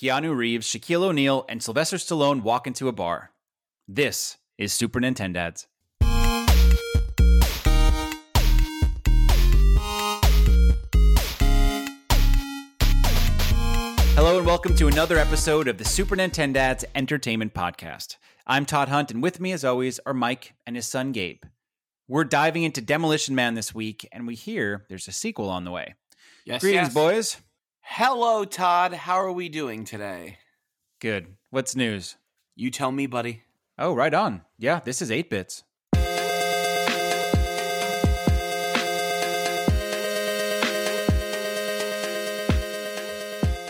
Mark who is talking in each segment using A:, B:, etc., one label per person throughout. A: Keanu Reeves, Shaquille O'Neal, and Sylvester Stallone walk into a bar. This is Super Nintendads. Hello and welcome to another episode of the Super Nintendads Entertainment Podcast. I'm Todd Hunt, and with me, as always, are Mike and his son Gabe. We're diving into Demolition Man this week, and we hear there's a sequel on the way.
B: Yes,
A: Greetings,
B: yes.
A: boys.
B: Hello, Todd. How are we doing today?
A: Good. What's news?
B: You tell me, buddy.
A: Oh, right on. Yeah, this is 8 bits.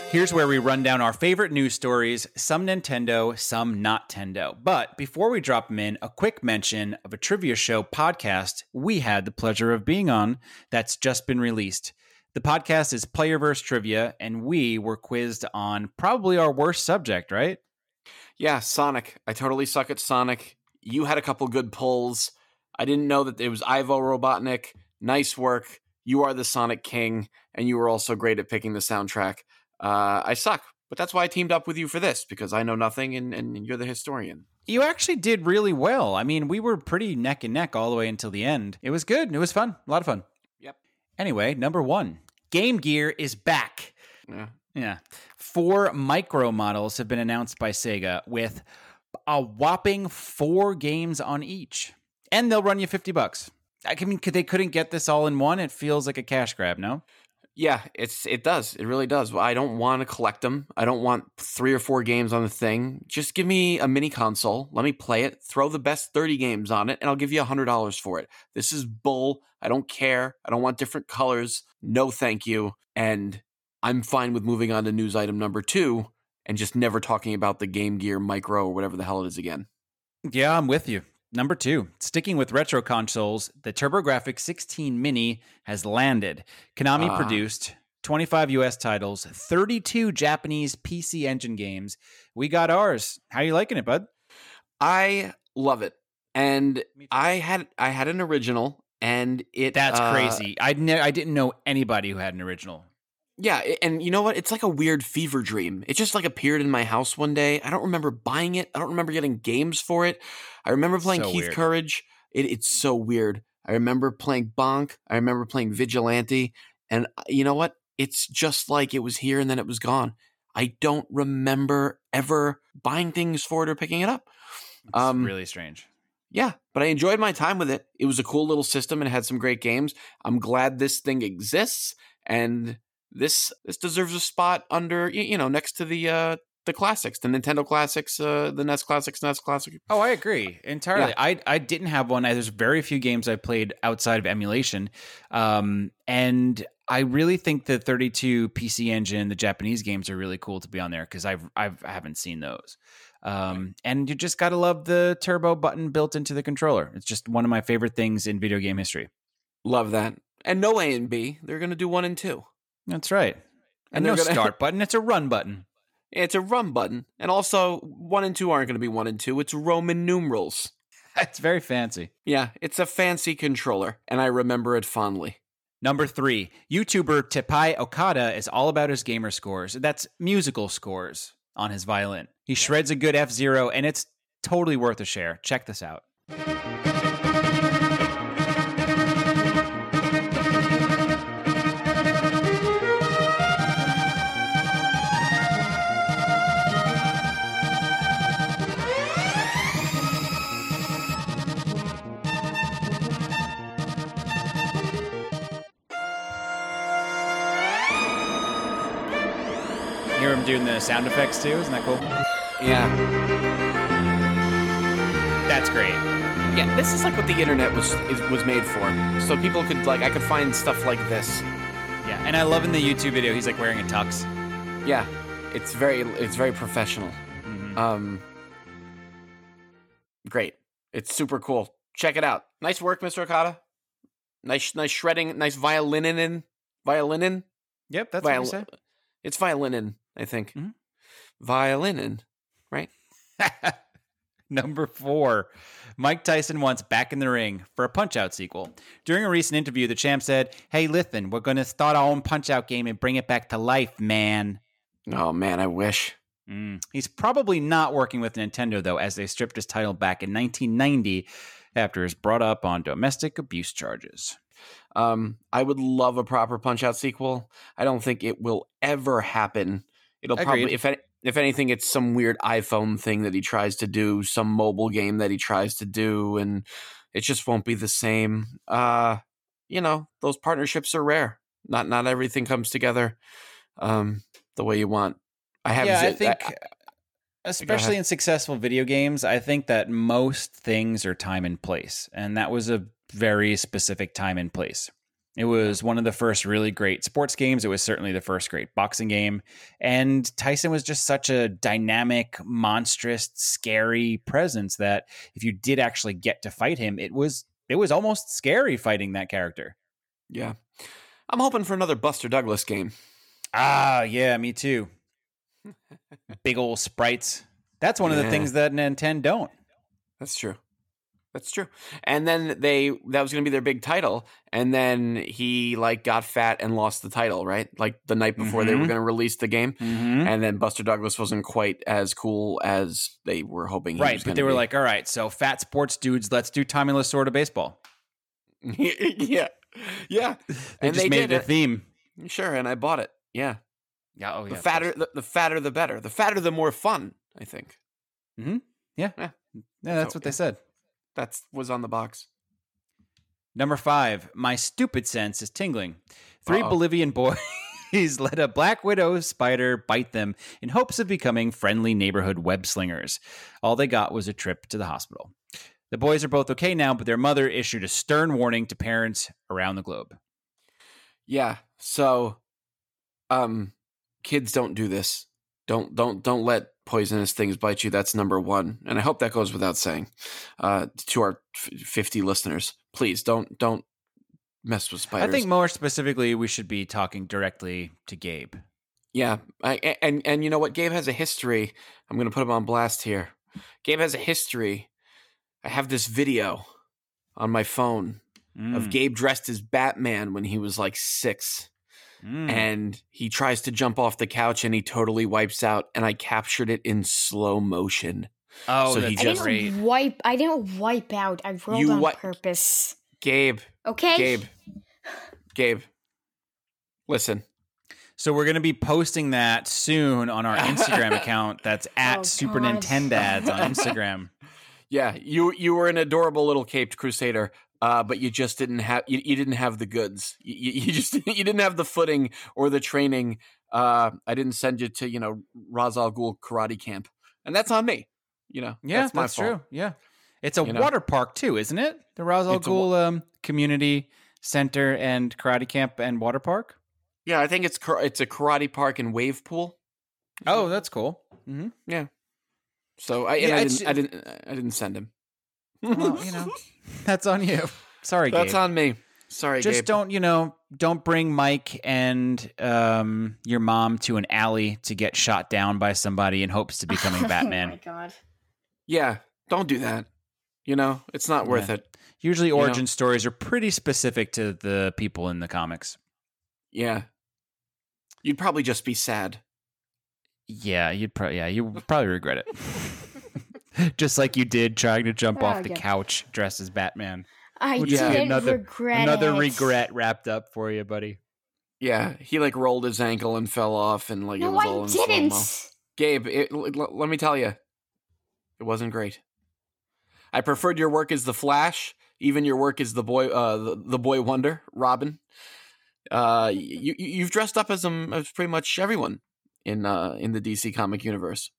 A: Here's where we run down our favorite news stories, some Nintendo, some not Tendo. But before we drop them in, a quick mention of a trivia show podcast we had the pleasure of being on that's just been released. The podcast is Playerverse Trivia, and we were quizzed on probably our worst subject, right?
B: Yeah, Sonic. I totally suck at Sonic. You had a couple good pulls. I didn't know that it was Ivo Robotnik. Nice work. You are the Sonic King, and you were also great at picking the soundtrack. Uh, I suck, but that's why I teamed up with you for this because I know nothing, and, and you're the historian.
A: You actually did really well. I mean, we were pretty neck and neck all the way until the end. It was good. It was fun. A lot of fun.
B: Yep.
A: Anyway, number one Game Gear is back.
B: Yeah.
A: Yeah. Four micro models have been announced by Sega with a whopping four games on each. And they'll run you 50 bucks. I mean, could, they couldn't get this all in one. It feels like a cash grab, no?
B: Yeah, it's it does. It really does. I don't want to collect them. I don't want three or four games on the thing. Just give me a mini console. Let me play it. Throw the best 30 games on it and I'll give you $100 for it. This is bull. I don't care. I don't want different colors. No thank you. And I'm fine with moving on to news item number 2 and just never talking about the Game Gear Micro or whatever the hell it is again.
A: Yeah, I'm with you. Number two, sticking with retro consoles, the TurboGrafx 16 Mini has landed. Konami
B: Ah.
A: produced 25 US titles, 32 Japanese PC Engine games. We got ours. How you liking it, bud?
B: I love it. And
A: Me too.
B: I had I had an original and it
A: That's
B: uh,
A: crazy. I ne- I didn't know anybody who had an original.
B: Yeah, a- and you know what? It's like a weird fever dream. It just like appeared in my house one day. I don't remember buying it. I don't remember getting games for it. I remember playing
A: So
B: Keith
A: weird.
B: Courage. It, it's so weird. I remember playing Bonk. I remember playing Vigilante. And uh, you know what? It's just like it was here and then it was gone. I don't remember ever buying things for it or picking it up.
A: It's
B: Um,
A: really strange.
B: Yeah, but I enjoyed my time with it. It was a cool little system and it had some great games. I'm glad this thing exists and this this deserves a spot under y- you know next to the uh the classics, the Nintendo classics, uh the NES classics, NES classic.
A: Oh, I agree entirely.
B: Yeah.
A: I I didn't have one. I- There's very few games I played outside of emulation, um, and I really think the 32 PC Engine, the Japanese games, are really cool to be on there because I've I've I haven't seen those. Um, and you just gotta love the turbo button built into the controller. It's just one of my favorite things in video game history.
B: Love that. And no A and B. They're going to do 1 and 2.
A: That's right. And,
B: And they're
A: no
B: gonna-
A: start button. It's a run button.
B: It's a run button. And also 1 and 2 aren't going to be 1 and 2. It's Roman numerals.
A: it's very fancy.
B: Yeah, it's a fancy controller and I remember it fondly.
A: Number three, YouTuber Tepai Okada is all about his gamer scores. That's musical scores on his violin. He shreds a good F Zero, and it's totally worth a share. Check this out. Hear him doing the sound effects too. Isn't that cool?
B: Yeah.
A: That's great.
B: Yeah, this is like what the internet was is, was made for. So people could like I could find stuff like this.
A: Yeah, and I love in the YouTube video, he's like wearing a tux.
B: Yeah, it's very it's very professional.
A: Mhm.
B: Um, great. It's super cool. Check it out. Nice work, Mr. Okada. Nice nice shredding. Nice violinin violinin.
A: Yep, that's what you
B: Viol-
A: said.
B: it's violinin, I think.
A: Mhm.
B: Violinin.
A: Number four, Mike Tyson wants back in the ring for a Punch Out sequel. During a recent interview, the champ said, Hey, listen, we're going to start our own Punch Out game and bring it back to life, man.
B: Oh man, I wish.
A: Mm. He's probably not working with Nintendo, though, as they stripped his title back in 1990 after he's brought up on domestic abuse charges.
B: Um, I would love a proper Punch Out sequel. I don't think it will ever happen. It'll
A: Agreed.
B: probably, if any, if anything, it's some weird iPhone thing that he tries to do, some mobile game that he tries to do, and it just won't be the same. Uh, you know, those partnerships are rare. Not not everything comes together um, the way you want. I have.
A: yeah, I
B: zi-
A: think, especially in successful video games, I think that most things are time and place, and that was a very specific time and place. It was one of the first really great sports games. It was certainly the first great boxing game. And Tyson was just such a dynamic, monstrous, scary presence that if you did actually get to fight him, it was it was almost scary fighting that character.
B: yeah, I'm hoping for another Buster Douglas game.
A: Ah, yeah, me too. Big old sprites. That's one of the
B: Yeah.
A: things that Nintendo don't.
B: That's true. That's true. And then they that was going to be their big title and then he like got fat and lost the title, right? Like the night before they
A: Mhm.
B: were going to release the game.
A: Mm-hmm.
B: And then Buster Douglas wasn't quite as cool as they were hoping he
A: Right,
B: was
A: but
B: gonna
A: they were
B: be.
A: like, all right, so fat sports dudes, let's do Tommy Lasorda baseball.
B: yeah. Yeah.
A: They
B: and
A: just
B: they
A: made
B: did
A: it a theme.
B: it. Sure, and I bought it. Yeah.
A: Yeah, oh,
B: The
A: of
B: fatter
A: course.
B: the, the fatter the better. The fatter the more fun, I think.
A: Yeah, that's what they
B: yeah.
A: said.
B: That's was on the box.
A: Number five, my stupid sense is tingling. 3
B: Uh-oh.
A: Bolivian boys let a black widow spider bite them in hopes of becoming friendly neighborhood web slingers. All they got was a trip to the hospital. The boys are both okay now, but their mother issued a stern warning to parents around the globe.
B: Yeah. So um kids don't do this. Don't don't don't let poisonous things bite you. That's number 1. And I hope that goes without saying. Uh to our f- 50 listeners, please don't don't mess with spiders.
A: I think more specifically, we should be talking directly to Gabe.
B: yeah. I, a- and and you know what? Gabe has a history. I'm going to put him on blast here. Gabe has a history. I have this video on my phone of
A: Mm,
B: Gabe dressed as Batman when he was like 6.
A: mm.
B: and he tries to jump off the couch and he totally wipes out and i captured it in slow motion
A: Oh,
B: So
A: that's
B: he
A: he
B: just-
C: I
A: just
C: didn't
A: great.
C: wipe. I didn't wipe out. I rolled
B: You
C: on
B: wi-
C: purpose.
B: gabe
C: Okay.
B: gabe gabe listen
A: So we're gonna be posting that soon on our Instagram account. That's at
C: Oh,
A: Super
C: God.
A: Nintendads on Instagram.
B: yeah you you were an adorable little caped crusader uh, but you just didn't have you, you didn't have the goods you, you you just you didn't have the footing or the training uh, i didn't send you to you know Ra's al Ghul karate camp and that's on me you know
A: Yeah, that's,
B: my fault.
A: true. Yeah, it's a
B: You know?
A: water park too, isn't it? The Ra's al
B: It's a
A: Ghul um, Community Center and Karate Camp and Water Park.
B: yeah i think it's kar- it's a karate park and wave pool
A: Oh, that's cool.
B: Mm-hmm.
A: hmm
B: So I, and
A: Yeah,
B: I
A: it's- Oh,
B: didn't, I didn't, I didn't send him.
A: Well, you know, that's on you. Sorry,
B: that's
A: Gabe.
B: on me. Sorry,
A: Just
B: Gabe.
A: don't, you know, don't bring Mike and um, your mom to an alley to get shot down by somebody in hopes to becoming
C: oh my
A: Batman.
C: god.
B: Yeah, don't do that. You know, it's not worth
A: Yeah.
B: it.
A: Usually,
B: You know?
A: origin stories are pretty specific to the people in the comics.
B: Yeah, you'd probably just be sad.
A: Yeah, you'd probably yeah, you would probably regret it. Just like you did trying to jump
C: Oh,
A: off the
C: yeah.
A: couch dressed as Batman.
C: I
A: Which
B: is
C: didn't
A: another-
C: regret
A: Another
C: it.
A: regret wrapped up for you, buddy.
B: Yeah, he like rolled his ankle and fell off, and like it
C: No,
B: was all
C: I
B: Oh, in slow-mo.
C: didn't.
B: Gabe, it, l- l- let me tell you, it wasn't great. I preferred your work as the Flash, even your work as the boy, uh, the, the boy wonder, Robin. Uh, you you- you've dressed up as um as pretty much everyone in uh in the DC comic universe.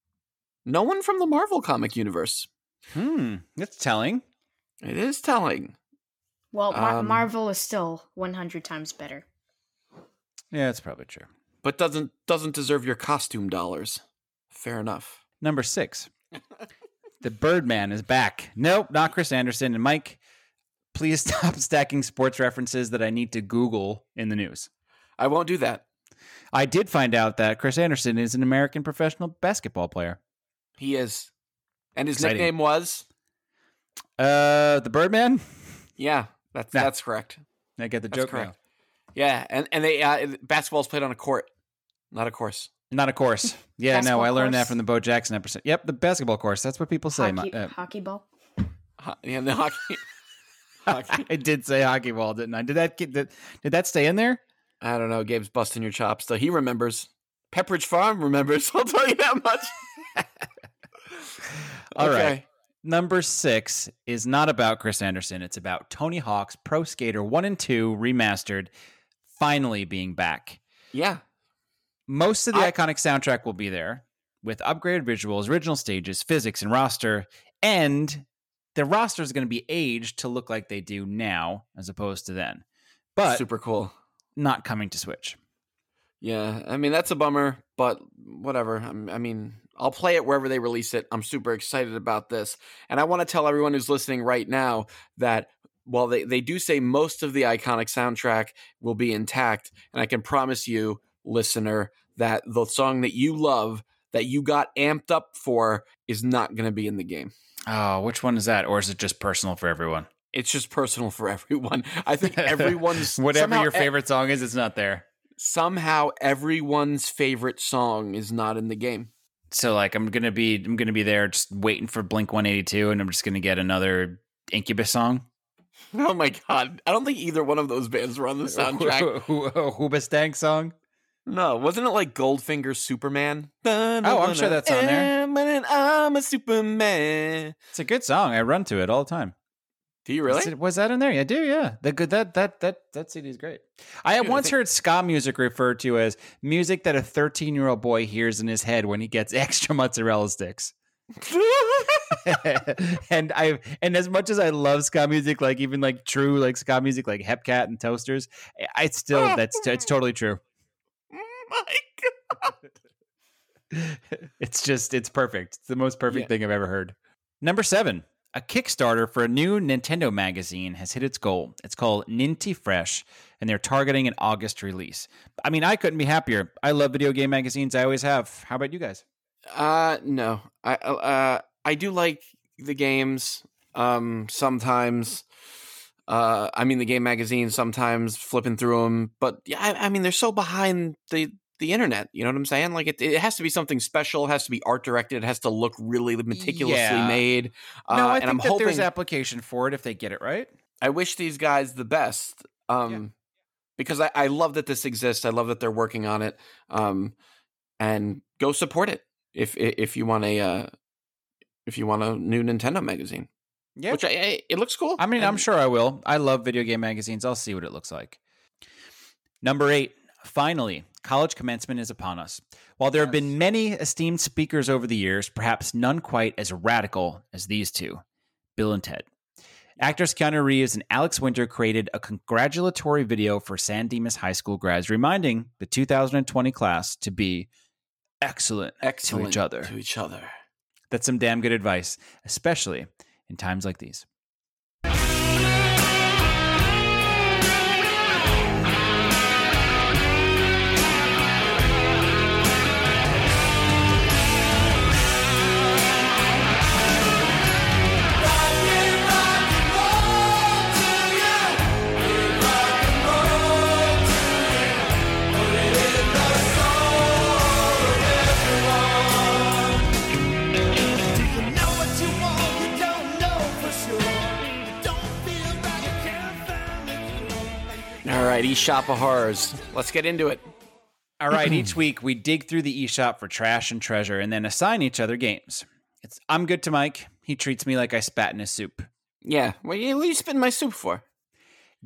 B: No one from the Marvel comic universe.
A: Hmm, that's telling.
B: It is telling.
C: Well, Mar-
B: Um,
C: Marvel is still 100 times better.
A: Yeah, that's probably true.
B: but doesn't doesn't deserve your costume dollars. Fair enough.
A: Number six. the Birdman is back. Nope, not Chris Anderson and Mike. Please stop stacking sports references that I need to Google in the news.
B: I won't do that.
A: I did find out that Chris Anderson is an American professional basketball player.
B: He is, and his
A: Exciting.
B: nickname was
A: Uh, the Birdman.
B: yeah. That's
A: Yeah.
B: that's correct.
A: I get the
B: That's
A: joke now.
B: correct. Yeah, and and they uh, basketball's played on a court, not a course.
A: Not a course. Yeah,
C: Basketball
A: no, I learned that
C: course?
A: from the Bo Jackson episode. Yep, the basketball course. That's what people say.
C: hockey,
A: my- uh,
C: hockey ball.
B: Ho- Yeah, the hockey. hockey.
A: I did say hockey ball, didn't I? Did that get, did, did that stay in there?
B: I don't know. Gabe's busting your chops. Though he remembers. Pepperidge Farm remembers. I'll tell you that much.
A: All right. Number six is not about Chris Anderson. It's about Tony Hawk's Pro Skater 1 and 2 remastered finally being back.
B: Yeah.
A: Most of the
B: I-
A: iconic soundtrack will be there with upgraded visuals, original stages, physics, and roster. And the roster is going to be aged to look like they do now as opposed to then, but
B: super cool.
A: not coming to Switch.
B: Yeah. I mean, that's a bummer, but whatever. I'm, I mean, I'll play it wherever they release it. I'm super excited about this. And I want to tell everyone who's listening right now that while they, they do say most of the iconic soundtrack will be intact, and I can promise you, listener, that the song that you love, that you got amped up for, is not going to be in the game.
A: Oh, which one is that? Or is it just personal for everyone?
B: It's just personal for everyone. I think everyone's
A: Whatever
B: somehow- e,
A: your favorite song is, it's not there.
B: somehow everyone's favorite song is not in the game.
A: So like I'm gonna be I'm gonna be there just waiting for Blink 182 and I'm just gonna get another incubus song.
B: Oh my god! I don't think either one of those bands were on the soundtrack.
A: Hoobastank song.
B: No, wasn't it like Goldfinger Superman? Oh,
A: I'm sure that's on there.
B: I'm a Superman.
A: It's a good song. I run to it all the time.
B: Do you
A: Is
B: really?
A: it- was that in there? Yeah, I do. Yeah, that good. That that that that CD is great. I
B: Dude, I
A: once
B: think-
A: heard ska music referred to as music that a 13 year old boy hears in his head when he gets extra mozzarella sticks. and I and as much as I love ska music, like even like true like ska music, like Hepcat and Toasters, I- I
B: Oh,
A: still that's it's totally true.
B: Mike,
A: It's just it's perfect. It's the most perfect
B: Yeah.
A: thing I've ever heard. Number seven, a Kickstarter for a new Nintendo magazine has hit its goal. It's called Ninty Fresh, and they're targeting an August release. I mean, I couldn't be happier. I love video game magazines. I always have. How about you guys?
B: Uh, no. I uh, I do like the games. Um, sometimes. Uh, I mean the game magazine. Sometimes flipping through them, but yeah, I, I mean they're so behind the the internet. You know what I'm saying? Like it, it has to be something special. It has to be art directed. It has to look really meticulously
A: Yeah.
B: made. Uh,
A: no, I
B: and
A: think
B: I'm
A: that
B: hoping.
A: there's application for it if they get it right.
B: I wish these guys the best. Um, because I, I love that this exists. I love that they're working on it. Um, and go support it if if if you want a uh, if you want a new Nintendo magazine,
A: Yeah,
B: which I, I it looks cool.
A: I mean, I'm
B: And-
A: sure I will. I love video game magazines. I'll see what it looks like. Number eight. Finally, college commencement is upon us. While there have been many esteemed speakers over the years, perhaps none quite as radical as these two Bill and Ted. Actors Keanu Reeves and Alex Winter created a congratulatory video for San Dimas High School grads, reminding the 2020 class to be excellent,
B: excellent
A: to each other.
B: To each other.
A: That's some damn good advice, especially in times like these.
D: You know what you want, you don't know for sure. You don't feel right, you can't find it. You know, and you
B: All right, eShop of Horrors. Let's get into it.
A: All right, each week we dig through the eShop for trash and treasure and then assign each other games. It's I'm good to Mike. He treats me like I spat in his soup.
B: Yeah, what you, what you spitting my soup for?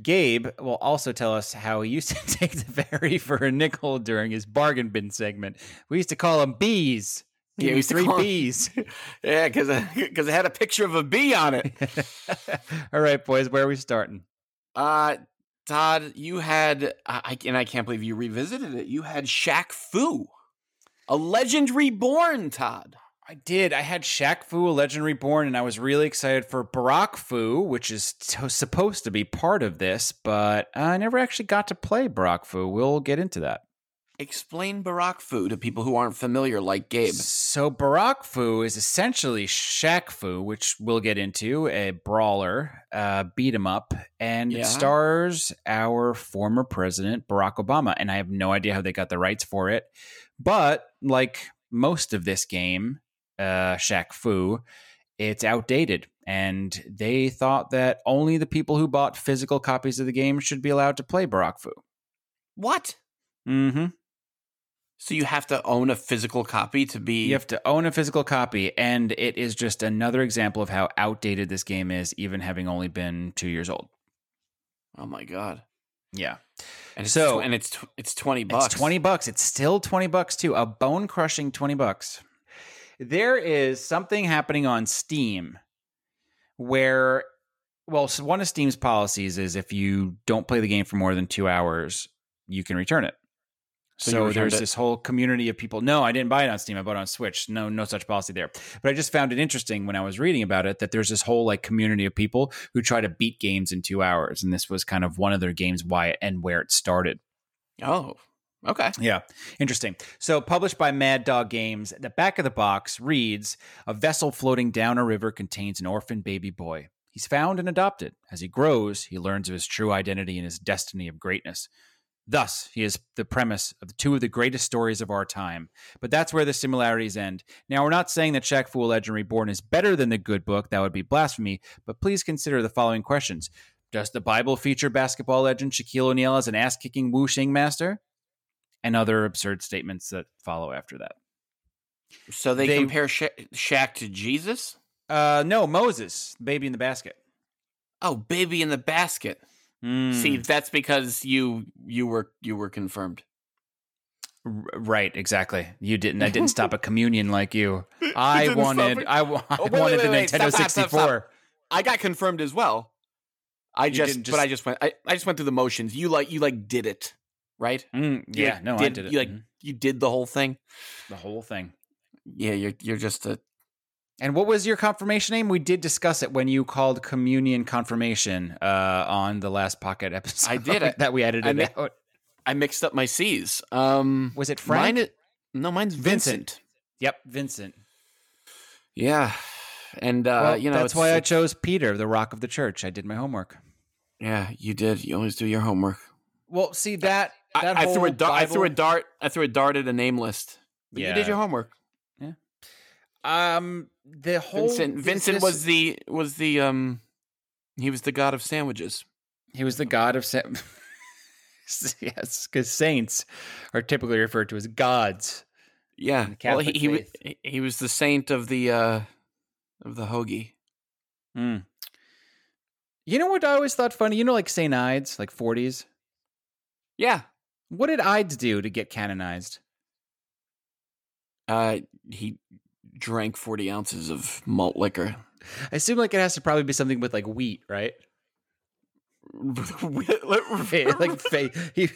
A: Gabe will also tell us how he used to take the ferry for a nickel during his bargain bin segment. We used to call him bees.
B: Yeah,
A: Give
B: we
A: me
B: used to
A: three
B: call 'em-
A: bees.
B: Yeah, because because it had a picture of a bee on it.
A: All right, boys, where are we starting?
B: Uh Todd, you had I I- and I can't believe you revisited it. You had Shaq Fu. A legend reborn, Todd.
A: I did. I had Shaq Fu, a Legend Reborn, and I was really excited for Barack Fu, which is t- supposed to be part of this, but I never actually got to play Barack Fu. We'll get into that.
B: Explain Barack Fu to people who aren't familiar like Gabe.
A: So Barack Fu is essentially Shaq Fu, which we'll get into, a brawler, uh, beat 'em up, and
B: Yeah.
A: it stars our former president Barack Obama. And I have no idea how they got the rights for it, But like most of this game, uh, Shaq Fu, it's outdated. And they thought that only the people who bought physical copies of the game should be allowed to play Barak Fu.
B: What?
A: Mm-hmm.
B: So you have to own a physical copy to be.
A: You have to own a physical copy, and it is just another example of how outdated this game is, even having only been two years old.
B: oh my god!
A: Yeah.
B: And it's
A: So-
B: tw- and it's tw- it's twenty bucks.
A: It's 20 bucks. It's still 20 bucks too. A bone crushing 20 bucks. There is something happening on Steam where well, so one of Steam's policies is if you don't play the game for more than 2 hours, you can return it.
B: So
A: So,
B: you returned
A: there's
B: it?
A: this whole community of people. No, I didn't buy it on Steam. I bought it on Switch. No, no such policy there. But I just found it interesting when I was reading about it that there's this whole like community of people who try to beat games in two hours, and this was kind of one of their games why and where it started.
B: Oh, okay.
A: Yeah, interesting. So, published by Mad Dog Games, the back of the box reads A vessel floating down a river contains an orphan baby boy. He's found and adopted. As he grows, he learns of his true identity and his destiny of greatness. Thus, he is the premise of two of the greatest stories of our time. But that's where the similarities end. Now, we're not saying that Shaq Fu: A Legend Reborn is better than the good book. That would be blasphemy. But please consider the following questions Does the Bible feature basketball legend Shaquille O'Neal as an ass kicking Wu Shing master? and other absurd statements that follow after that.
B: So they,
A: They-
B: compare Sha- Shaq to Jesus.
A: Uh, no, Moses, baby in the basket.
B: Oh, baby in the basket.
A: Hmm.
B: See, that's because you you were you were confirmed.
A: R- right, exactly. You didn't. I didn't stop at communion like you. I
B: didn't stop
A: wanted.
B: at-
A: I, wa- I
B: Oh,
A: wanted
B: wait, wait, wait, wait,
A: the Nintendo
B: stop, stop,
A: sixty
B: stop, stop.
A: four.
B: I got confirmed as well. I
A: You
B: just,
A: didn't
B: but
A: just-
B: I just went I, I just went through the motions. You like you like did it, right?
A: Mm,
B: You,
A: yeah,
B: like,
A: no, I did it.
B: You like
A: Mhm.
B: you did the whole thing.
A: the whole thing.
B: Yeah, you're you're just a
A: And what was your confirmation name? We did discuss it when you called communion confirmation uh, on the last pocket episode.
B: I did it.
A: that we edited
B: I mi-
A: out.
B: I mixed up my C's. Um
A: Was it Frank?
B: Mine, i- no, mine's Vincent.
A: Vincent. yep, Vincent.
B: Yeah. And uh,
A: well,
B: you know
A: that's
B: it's-
A: why I
B: it's-
A: chose Peter, the rock of the church. I did my homework.
B: Yeah, you did. You always do your homework.
A: Well, see that
B: I,
A: that
B: I
A: whole
B: threw a dart I threw a
A: Bible-
B: dart I threw a dart at a name list. But you did
A: Yeah.
B: your homework.
A: Um, the whole
B: Vincent
A: this-
B: Vincent
A: this-
B: was the was the um he was the god of sandwiches.
A: he was the god of sa- yes, because saints are typically referred to as gods.
B: Yeah.
A: the
B: Well, he
A: Catholic
B: he, wa-
A: faith.
B: he he was the saint of the uh of the hoagie. Mm.
A: You know what I always thought funny? You know, like Saint Ides, like forties.
B: Yeah.
A: What did Ides do to get canonized?
B: Uh he drank 40 ounces of malt liquor.
A: I assume like it has to probably be something with like wheat, right? Fa- like fa- he,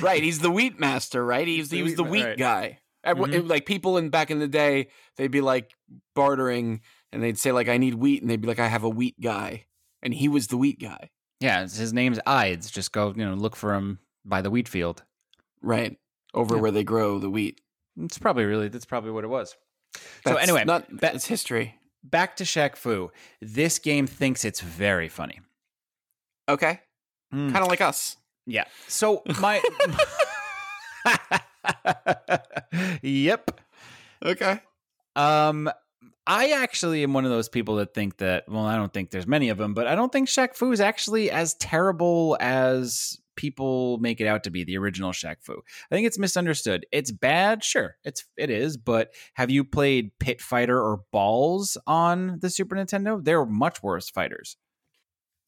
B: right, he's the wheat master, right? He was,
A: the
B: he was
A: wheat
B: the
A: ma-
B: wheat
A: right.
B: guy. And wh-
A: Mhm.
B: it- like people in back in the day, they'd be like bartering and they'd say like I need wheat and they'd be like I have a wheat guy. And he was the wheat guy.
A: yeah, it's- his name's Ides. Just go, you know, look for him by the wheat field.
B: Right. Over
A: Yeah.
B: where they grow the wheat.
A: It's probably really that's probably what it was. so
B: That's
A: anyway,
B: not
A: ba-
B: that's history.
A: back to Shaq Fu. This game thinks it's very funny.
B: Okay.
A: Mm.
B: Kind of like us.
A: Yeah. So my. yep.
B: Okay.
A: Um, I actually am one of those people that think that. Well, I don't think there's many of them, but I don't think Shaq Fu is actually as terrible as people make it out to be. The original Shaq Fu. I think it's misunderstood. It's bad, sure. It's it is, but have you played Pit Fighter or Balls on the Super Nintendo? They're much worse fighters.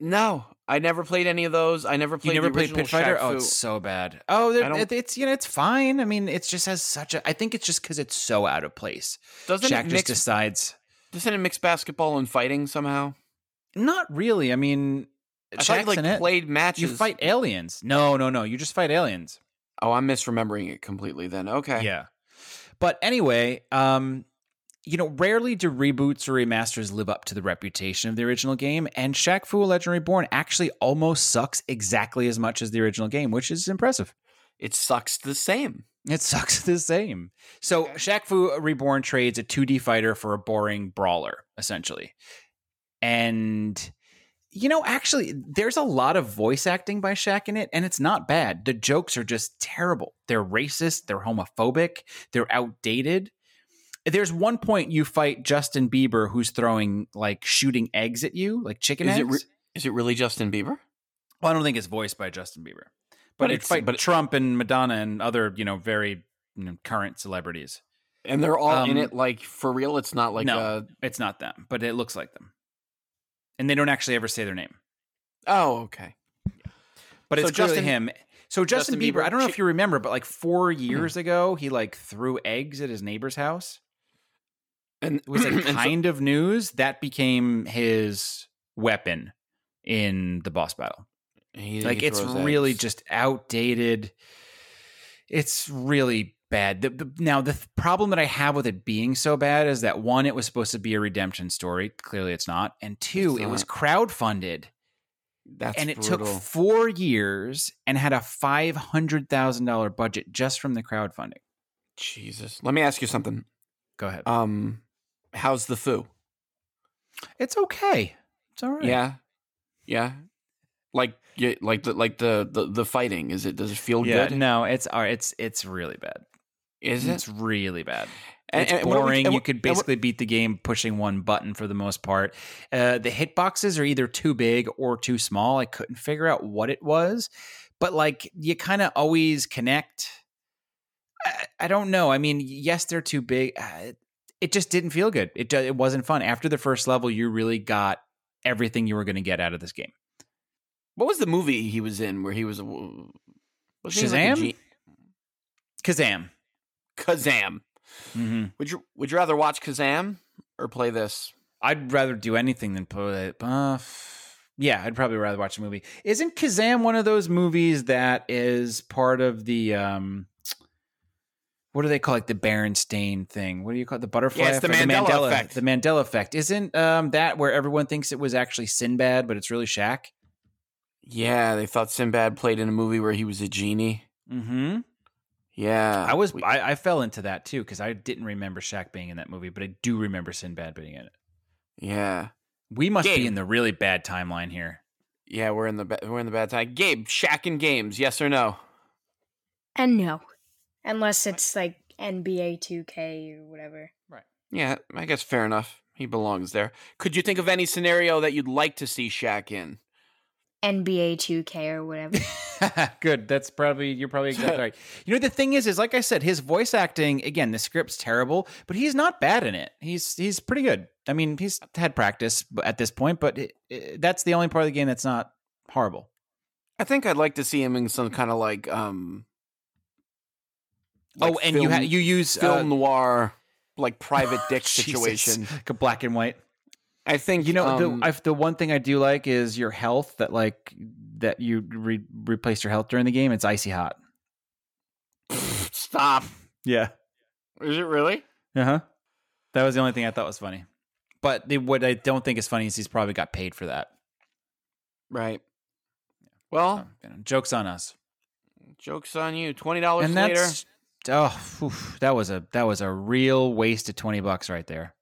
B: No, I never played any of those. I never
A: You
B: played.
A: never
B: the
A: played
B: original
A: Pit Fighter?
B: Shaq
A: Oh,
B: Fu.
A: it's so bad. Oh,
B: I
A: they're-
B: don't-
A: it, it's you know it's fine. I mean, it's just has such a. I think it's just because it's so out of place.
B: doesn't
A: Shaq
B: it
A: just
B: mix?
A: decides.
B: doesn't it mix basketball and fighting somehow?
A: Not really. I mean,
B: I thought you
A: Shaq's
B: like
A: in it.
B: played matches.
A: you fight aliens. No, no, no. You just fight aliens.
B: Oh, I'm misremembering it completely. Then okay.
A: Yeah. But anyway, um, you know, rarely do reboots or remasters live up to the reputation of the original game, and Shaq Fu: A Legend Reborn actually almost sucks exactly as much as the original game, which is impressive.
B: It sucks the same.
A: It sucks the same. So
B: Okay.
A: Shaq Fu Reborn trades a 2D fighter for a boring brawler, essentially. And you know, actually, there's a lot of voice acting by Shaq in it, and it's not bad. The jokes are just terrible. They're racist, they're homophobic, they're outdated. There's one point you fight Justin Bieber who's throwing like shooting eggs at you, like chicken
B: Is it
A: eggs.
B: re- Is it really Justin Bieber?
A: well, I don't think it's voiced by Justin Bieber, but,
B: But
A: it's
B: it's-
A: fight
B: but-
A: Trump and Madonna and other you know very you know, current celebrities.
B: And they're all in
A: Um,
B: it like for real. It's not like
A: no.
B: uh
A: It's not them, but it looks like them, and they don't actually ever say their name.
B: oh okay.
A: but
B: So
A: it's clearly
B: Justin-
A: him. So Justin,
B: Justin
A: Bieber,
B: Bieber Hmm.
A: I don't know
B: chi-
A: if you remember, but like four years ago, he like threw eggs at his neighbor's house.
B: And
A: It was like
B: and so-
A: kind of news that became his weapon in the boss battle.
B: he- he
A: like it's
B: throws
A: really
B: eggs.
A: just outdated. It's really bad. The, the, now the th- problem that I have with it being so bad is that one, it was supposed to be a redemption story. Clearly, it's not. And two,
B: It's
A: it was
B: not.
A: crowdfunded.
B: that's
A: and it
B: brutal.
A: took four years and had a five hundred thousand dollar budget just from the crowdfunding.
B: Jesus. Let me ask you something.
A: Go ahead.
B: Um, how's the foo?
A: it's okay. It's all right.
B: Yeah, yeah. Like yeah, like the like the, the the fighting. Is it? Does it feel
A: Yeah,
B: good?
A: No, it's all right. It's it's really bad.
B: Is it?
A: It's really bad.
B: And-
A: It's
B: and what are we-
A: boring.
B: and
A: you
B: what-
A: could
B: and what-
A: basically beat the game pushing one button for the most part. Uh, the hitboxes are either too big or too small. I couldn't figure out what it was, but like you kind of always connect. I, I don't know. I mean, yes, they're too big. Uh, it just didn't feel good. It do- it wasn't fun. After the first level, you really got everything you were going to get out of this game.
B: What was the movie he was in where he was? a w- wasn't he
A: Shazam?
B: Like
A: Kazam.
B: a ge- Kazam.
A: hmm
B: Would you Would you rather watch Kazam or play this?
A: I'd rather do anything than play it. Uh, yeah, I'd probably rather watch a movie. Isn't Kazam one of those movies that is part of the um, what do they call it? The Berenstain thing. What do you call it? The butterfly?
B: Yeah, it's the
A: effect?
B: Mandela effect.
A: The Mandela effect. Isn't um that where everyone thinks it was actually Sinbad, but it's really Shaq?
B: Yeah, they thought Sinbad played in a movie where he was a genie.
A: Mm-hmm.
B: Yeah,
A: I was
B: we-
A: I, I fell into that too because I didn't remember Shaq being in that movie, but I do remember Sinbad being in it.
B: yeah,
A: We must be
B: Gabe.
A: in the really bad timeline here.
B: yeah. We're in the ba- we're in the bad time. Gabe, Shaq and games. Yes or no?
C: And no. Unless it's like NBA 2K or whatever.
B: Yeah, I guess fair enough. He belongs there. Could you think of any scenario that you'd like to see Shaq in?
C: NBA 2K or whatever.
A: Good. That's probably you're probably exactly right. You know the thing is, is like I said, his voice acting again. The script's terrible, but he's not bad in it. He's he's pretty good. I mean, he's had practice b- at this point, but it, it- that's the only part of the game that's not horrible.
B: I think I'd like to see him in some kind of like um
A: oh,
B: like
A: and you
B: film-
A: ha- you use
B: film
A: uh,
B: noir like private dick
A: Jesus,
B: situation.
A: like a black and white.
B: I think
A: You know,
B: um,
A: the I've, the one thing I do like is your health. That like that you re- replace your health during the game. It's icy hot.
B: stop.
A: Yeah.
B: Is it really?
A: Uh huh. That was the only thing I thought was funny. But the, what I don't think is funny is he's probably got paid for that.
B: Right. Well,
A: So, you know, jokes on us.
B: jokes on you. Twenty dollars
A: And
B: later.
A: that's oh, oof, that was a that was a real waste of twenty bucks right there.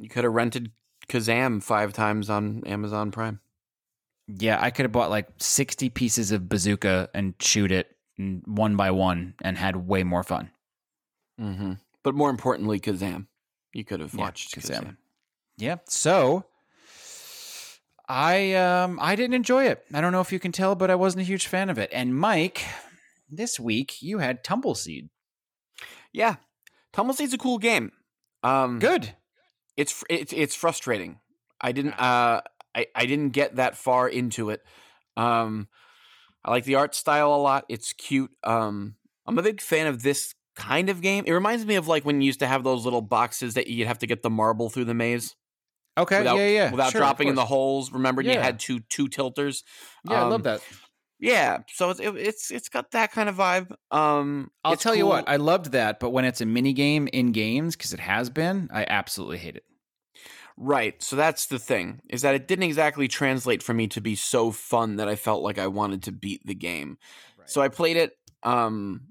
B: You could have rented Kazam five times on Amazon Prime.
A: Yeah, I could have bought like sixty pieces of bazooka and shoot it mm, one by one and had way more fun.
B: Mm-hmm. But more importantly, Kazam. You could have
A: Yeah,
B: watched
A: Kazam.
B: Kazam.
A: Yeah. So I um I didn't enjoy it. I don't know if you can tell, but I wasn't a huge fan of it. And Mike, this week you had Tumbleseed.
B: Yeah, Tumbleseed's a cool game. Um,
A: Good.
B: It's fr- it's it's frustrating. I didn't uh I I didn't get that far into it. Um, I like the art style a lot. It's cute. Um, I'm a big fan of this kind of game. It reminds me of like when you used to have those little boxes that you'd have to get the marble through the maze
A: Okay.
B: without
A: yeah. Yeah.
B: without
A: Sure, of
B: dropping in the
A: course.
B: holes. Remember, you
A: Yeah.
B: had two two tilters.
A: Yeah, I
B: Um,
A: love that.
B: Yeah, so it's it, it's it's got that kind of vibe. Um,
A: I'll
B: it's
A: tell you
B: cool.
A: what, I loved that, but when it's a mini game in games, because it has been, I absolutely hate it.
B: Right. So that's the thing is that it didn't exactly translate for me to be so fun that I felt like I wanted to beat the game. So I played it. Um,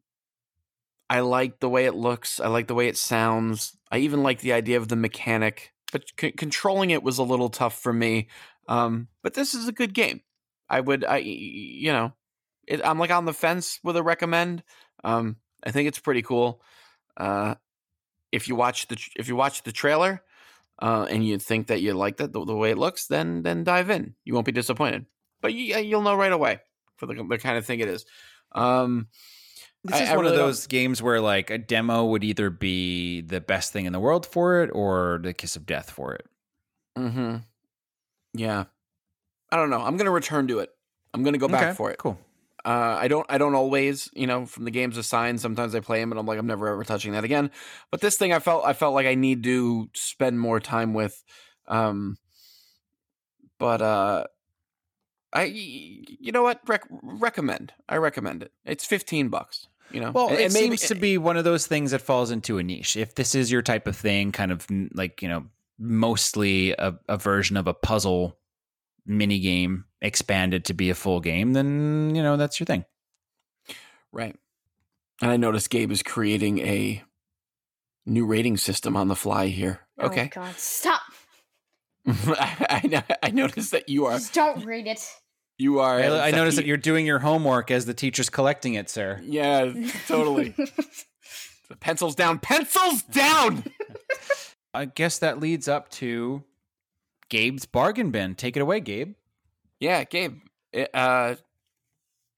B: I like the way it looks. I like the way it sounds. I even like the idea of the mechanic, but c- controlling it was a little tough for me. Um, but this is a good game. I would, I you know, it, I'm like on the fence with a recommend. Um, I think it's pretty cool. Uh, if you watch the tr- if you watch the trailer, uh, and you think that you like that the, the way it looks, then then dive in. You won't be disappointed. But you, you'll know right away for the, the kind of thing it is. Um,
A: This
B: I-
A: is
B: I
A: one
B: really
A: of
B: don't-
A: those games where like a demo would either be the best thing in the world for it or the kiss of death for it.
B: hmm Yeah, I don't know. I'm gonna return to it. I'm gonna go
A: Okay,
B: back for it.
A: Cool.
B: Uh, I don't. I don't always. You know, from the games assigned, sometimes I play them, and I'm like, I'm never ever touching that again. But this thing, I felt. I felt like I need to spend more time with. Um, but uh, I. You know what? Rec- recommend. I recommend it. It's 15 bucks. You know.
A: Well,
B: And-
A: it,
B: and maybe-
A: seems to be one of those things that falls into a niche. If this is your type of thing, kind of mm, like you know, mostly a, a version of a puzzle mini game expanded to be a full game, then you know that's your thing.
B: Right. And I noticed Gabe is creating a new rating system on the fly here.
C: Oh,
B: Okay.
C: God, stop!
B: I, I, no- I noticed that you are
C: Just don't read it.
B: you are.
A: I, I noticed that you're doing your homework as the teacher's collecting it, sir.
B: Yeah, totally. The pencils down. Pencils down.
A: I guess that leads up to Gabe's bargain bin. Take it away, Gabe.
B: yeah, Gabe. it- uh,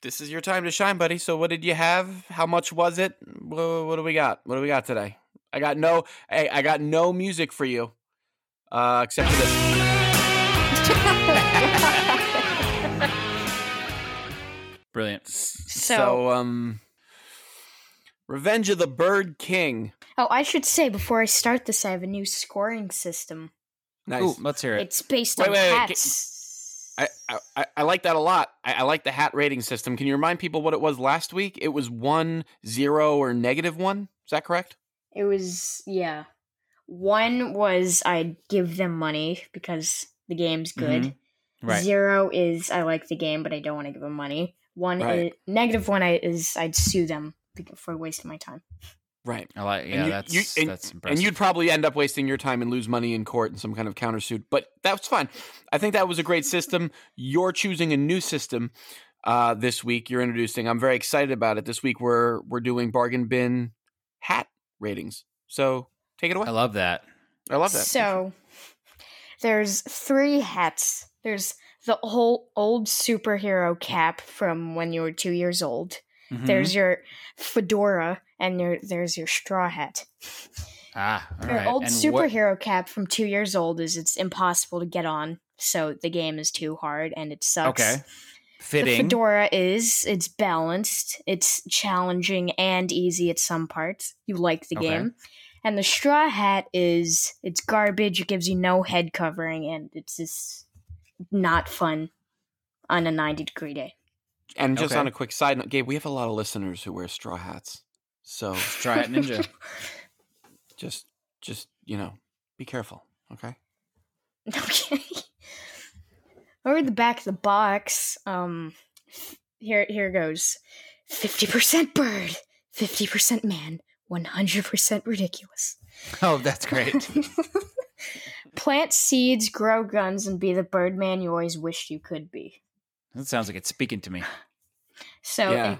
B: this is your time to shine, buddy. So, what did you have? How much was it? What, what do we got? What do we got today? I got no. Hey, I got no music for you, uh, except for this.
A: Brilliant.
B: So, um Revenge of the Bird King.
C: oh, I should say before I start this, I have a new scoring system.
B: Nice.
A: Ooh, let's hear it.
C: It's based
B: Wait,
C: on
B: wait, wait,
C: hats.
B: I, I- I, I like that a lot. I, I like the hat rating system. Can you remind people what it was last week? It was one, zero, or negative one. Is that correct?
C: It was yeah. One was I'd give them money because the game's
B: Mm-hmm.
C: good.
A: right.
C: Zero is I like the game, but I don't want to give them money. One
B: Right.
C: is, negative one I, is I'd sue them bec- for wasting my time.
B: Right.
A: I like. Yeah,
B: you-
A: that's
B: you-
A: that's impressive.
B: And you'd probably end up wasting your time and lose money in court in some kind of countersuit. But that's fine. I think that was a great system. You're choosing a new system uh, this week. You're introducing. I'm very excited about it. This week we're we're doing bargain bin hat ratings. So take it away.
A: I love that.
B: I love that.
C: So there's three hats. There's the whole old superhero cap from when you were two years old.
B: Mm-hmm.
A: Mhm.
C: There's your fedora, and your, there's your straw hat.
A: ah, all
C: Your
A: right.
C: old
A: And what-
C: superhero cap from two years old is it's impossible to get on, so the game is too hard and it sucks.
A: Okay.
C: The
A: Fitting.
C: fedora is it's balanced, it's challenging and easy at some parts. You like the
A: Okay.
C: game. And the straw hat is it's garbage, it gives you no head covering and it's just not fun on a 90 degree day.
B: and just
A: Okay.
B: on a quick side note, Gabe, we have a lot of listeners who wear straw hats. So
A: Try it, Ninja.
B: just just you know, be careful. Okay.
C: Okay. Over the back of the box, um here here goes. 50% bird, 50% man, 100% ridiculous.
A: oh, that's great.
C: Plant seeds, grow guns, and be the birdman you always wished you could be. That
A: That sounds like it's speaking to me. Oh,
C: So
B: Yeah.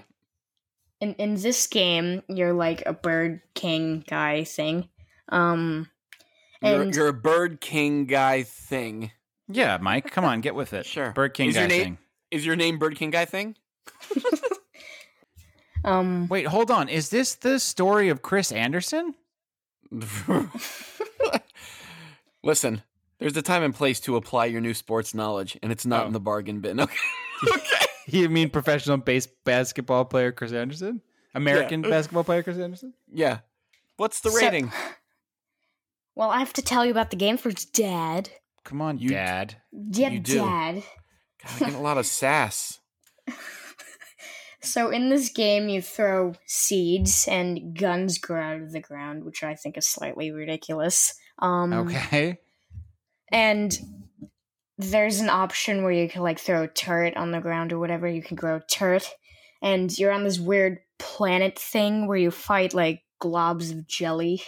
C: in, in in this game, you're like a bird king guy thing. Um
B: You're,
C: And-
B: you're a bird king guy thing.
A: Yeah, Mike, come on, get with it.
B: Sure.
A: Bird King
B: Is
A: guy
B: your name-
A: thing.
B: Is your name Bird King Guy thing?
C: um
A: Wait, hold on. Is this the story of Chris Anderson?
B: Listen, there's a time and place to apply your new sports knowledge, and it's not
A: Oh.
B: in the bargain bin. Okay.
A: You mean professional base basketball player Chris Anderson? American basketball player Chris Anderson?
B: Yeah. What's the
C: So-
B: rating?
C: well, I have to tell you about the game first, Dad.
A: Come on,
B: You-
A: Dad.
C: Yeah,
B: You do.
C: Dad.
B: God, I get a lot of sass.
C: So in this game, you throw seeds and guns grow out of the ground, which I think is slightly ridiculous. Um,
A: Mm. Okay.
C: And there's an option where you can like throw a turret on the ground or whatever. You can grow a turret, and you're on this weird planet thing where you fight like globs of jelly.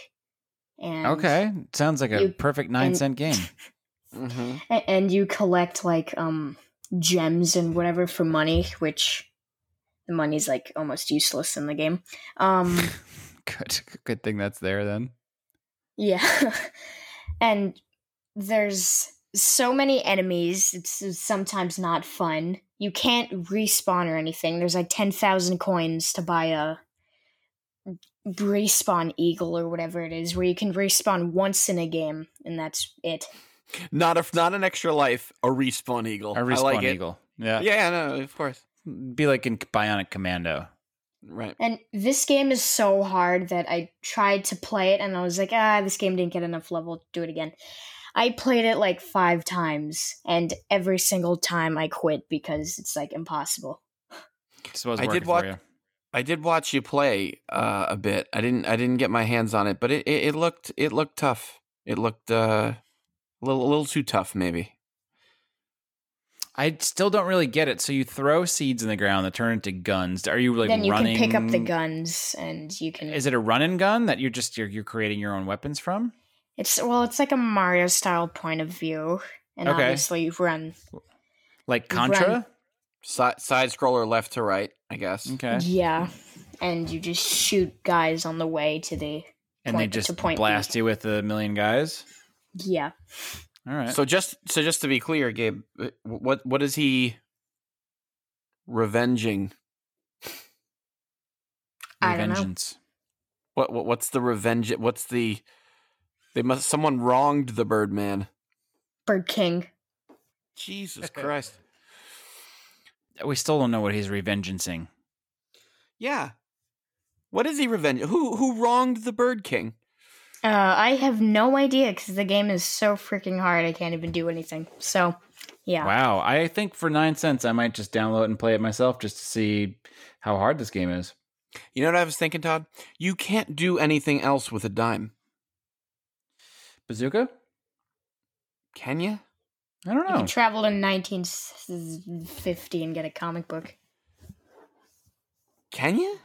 C: And
A: Okay. Sounds like a
C: You-
A: perfect nine
C: and-
A: cent game.
B: hmm
C: A- and you collect like um gems and whatever for money which the money's like almost useless in the game um
A: Good, good thing that's there then.
C: yeah and there's so many enemies it's, it's sometimes not fun you can't respawn or anything there's like 10,000 coins to buy a respawn eagle or whatever it is where you can respawn once in a game and that's it
B: Not if not an extra life, a respawn eagle.
A: A
B: I
A: respawn
B: like it.
A: eagle. Yeah.
B: Yeah, no, of course.
A: Be like in Bionic Commando.
B: Right.
C: And this game is so hard that I tried to play it and I was like, ah, this game didn't get enough level, do it again. I played it like five times and every single time I quit because it's like impossible.
A: Just wasn't
B: I
A: working
B: did
A: for you.
B: watch- I did watch you play uh, a bit. I didn't. I didn't get my hands on it, but it, it, it looked it looked tough. It looked uh, a little a little too tough, maybe.
A: I still don't really get it. So you throw seeds in the ground that turn into guns. Are you like
C: then you
A: running?
C: can pick up the guns and you can.
A: Is it a run and gun that you're just you're, you're creating your own weapons from?
C: it's well, it's like a Mario style point of view, and
A: Okay.
C: obviously you run.
A: Like
C: Run.
A: Contra?
B: Si- side scroller left to right, I guess.
A: Okay.
C: Yeah, and you just shoot guys on the way to the.
A: And they
C: Point- to
A: just
C: point
A: blast you with a million guys.
C: Yeah,
A: All right.
B: So just so just to be clear, Gabe, uh, what what is he revenging?
C: I don't know.
A: Revengeance.
B: What, what what's the revenge? What's the they must someone wronged the Birdman.
C: Bird King.
B: Jesus Christ.
A: We still don't know what he's revengeancing.
B: Yeah. What is he revenge? Who who wronged the Bird King?
C: Uh, I have no idea because the game is so freaking hard. I can't even do anything. So, yeah.
A: Wow. I think for nine cents, I might just download and play it myself just to see how hard this game is.
B: You know what I was thinking, Todd? You can't do anything else with a dime,
A: Bazooka?
B: can you?
A: I don't
C: You
A: know.
C: could travel in 1950 and get a comic book.
B: Can you?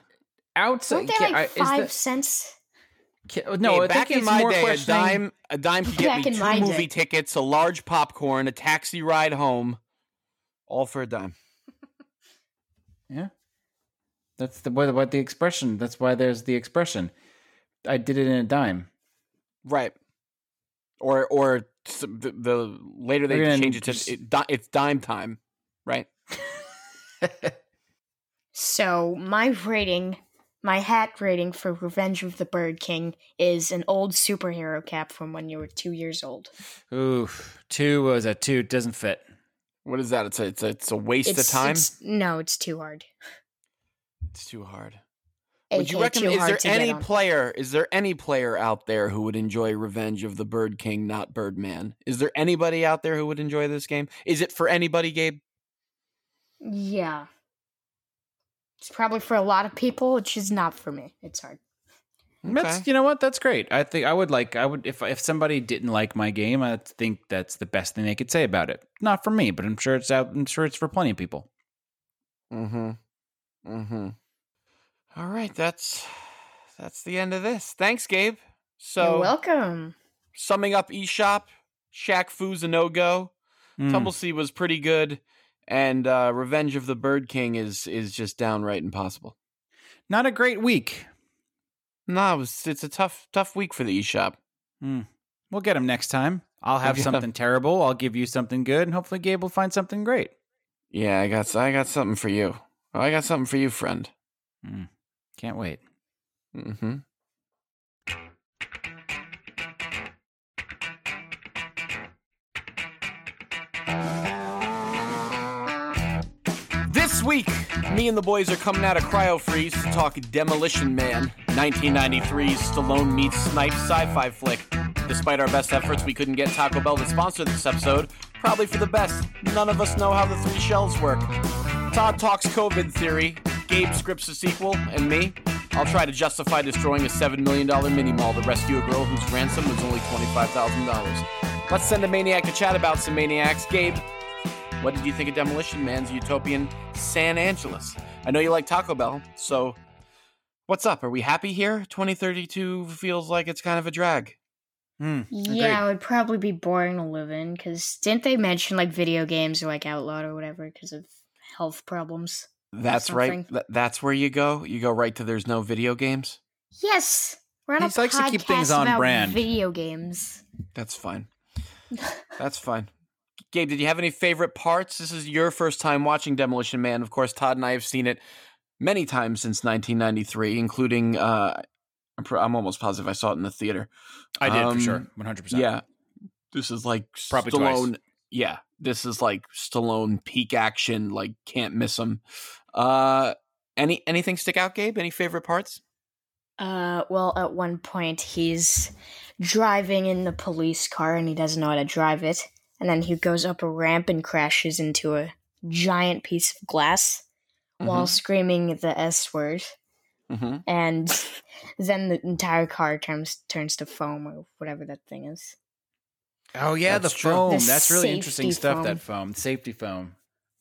A: Outside.
C: Weren't they
A: can- I-
C: like
A: is
C: five
A: that-
C: cents?
A: can- no, I
B: back
A: think
B: in
A: it's
B: my
A: more
B: day, a
A: questioning-
B: dime, a dime could get
C: Back
B: me
C: in
B: two
C: my
B: movie
C: day.
B: tickets, a large popcorn, a taxi ride home, all for a dime.
A: Yeah. That's the what, what the expression. That's why there's the expression. I did it in a dime.
B: Right. Or or s- the, the later they
A: We're gonna
B: change it
A: just-
B: to it, di- it's dime time, right?
C: So, my rating, my hat rating for Revenge of the Bird King is an old superhero cap from when you were two years old.
A: Oof. Two was a two. Doesn't fit.
B: What is that? It's a it's a, it's a waste
C: it's
B: of time. It's,
C: It's, no, it's too hard.
B: too hard. Would
C: Would
B: you recommend? Is there any
C: on.
B: player? Is there any player out there who would enjoy Revenge of the Bird King, not Birdman? Is there anybody out there who would enjoy this game? Is it for anybody, Gabe?
C: Yeah. It's probably for a lot of people, which is not for me. It's hard.
B: Okay.
A: That's you know what? That's great. I think I would like I would if if somebody didn't like my game, I think that's the best thing they could say about it. Not for me, but I'm sure it's out I'm sure it's for plenty of people.
B: Mm-hmm. Mm-hmm. All right, that's that's the end of this. Thanks, Gabe.
C: You're
B: So
C: welcome.
B: summing up eShop, Shaq Fu's a no go.
A: Mm.
B: Tumbleseed was pretty good, and uh, Revenge of the Bird King is is just downright impossible.
A: Not a great week.
B: No, it was, it's a tough tough week for the eShop.
A: We'll get them next time. I'll have
B: Yeah.
A: something terrible. I'll give you something good, and hopefully Gabe will find something great.
B: Yeah, I got I got something for you. Oh, I got something for you, friend.
A: Can't wait.
B: Mm-hmm. This week, me and the boys are coming out of Cryo Freeze to talk Demolition Man, 1993's Stallone meets Snipe sci-fi flick. Despite our best efforts, we couldn't get Taco Bell to sponsor this episode. Probably for the best. None of us know how the three shells work. Todd talks COVID theory, Gabe scripts a sequel, and me. I'll try to justify destroying a $7 million mini mall to rescue a girl whose ransom was only $25,000. Let's send a maniac to chat about some maniacs. Gabe, what did you think of Demolition Man's utopian San Angeles? I know you like Taco Bell, so what's up? Are we happy here? 2032 feels like it's kind of a drag.
A: Hmm.
C: Yeah, it would probably be boring to live in because didn't they mention like video games are like outlawed or whatever because of health problems?
B: That's right.
C: something.
B: Th- That's where you go. You go right to there's no video games.
C: Yes, we're on
A: He
C: a
A: likes to
C: podcast
A: keep things on
C: about
A: brand.
C: video games.
B: That's fine. That's fine. Gabe, did you have any favorite parts? This is your first time watching Demolition Man. Of course, Todd and I have seen it many times since 1993, including uh, I'm, pr- I'm almost positive I saw it in the theater.
A: I did for
B: Um,
A: sure, one hundred percent.
B: Yeah, this is like
A: Probably twice.
B: Stallone. Yeah, this is like Stallone peak action. Like can't miss him. Uh, any anything stick out, Gabe? Any favorite parts?
C: Uh, well, at one point he's driving in the police car and he doesn't know how to drive it, and then he goes up a ramp and crashes into a giant piece of glass
B: Mm-hmm.
C: while screaming the S word.
A: Mm-hmm,
B: hmm
C: and then the entire car turns turns to foam or whatever that thing is.
A: Oh yeah,
B: That's
A: the
B: true.
A: foam.
C: The
A: That's really interesting
C: safety
A: stuff.
C: foam.
A: That foam, safety foam.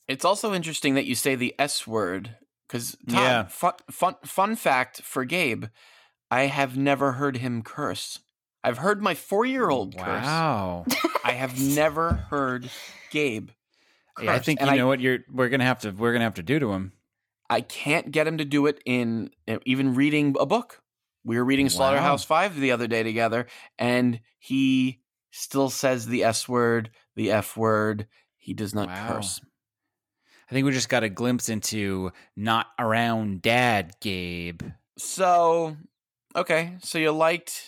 B: It's also interesting that you say the S word because Todd,
A: Yeah.
B: fun, fun fun fact for Gabe, I have never heard him curse. I've heard my four year old curse.
A: Wow.
B: I have never heard Gabe.
A: Yeah, I
B: curse.
A: think
B: And
A: you
B: I-
A: know what you're. We're gonna have to. We're gonna have to do to him.
B: I can't get him to do it in eh, even reading a book. We were reading
A: Wow.
B: Slaughterhouse Five the other day together, and he still says the S word, the F word. He does not
A: Wow.
B: curse.
A: I think we just got a glimpse into not around dad, Gabe.
B: So, okay, so you liked,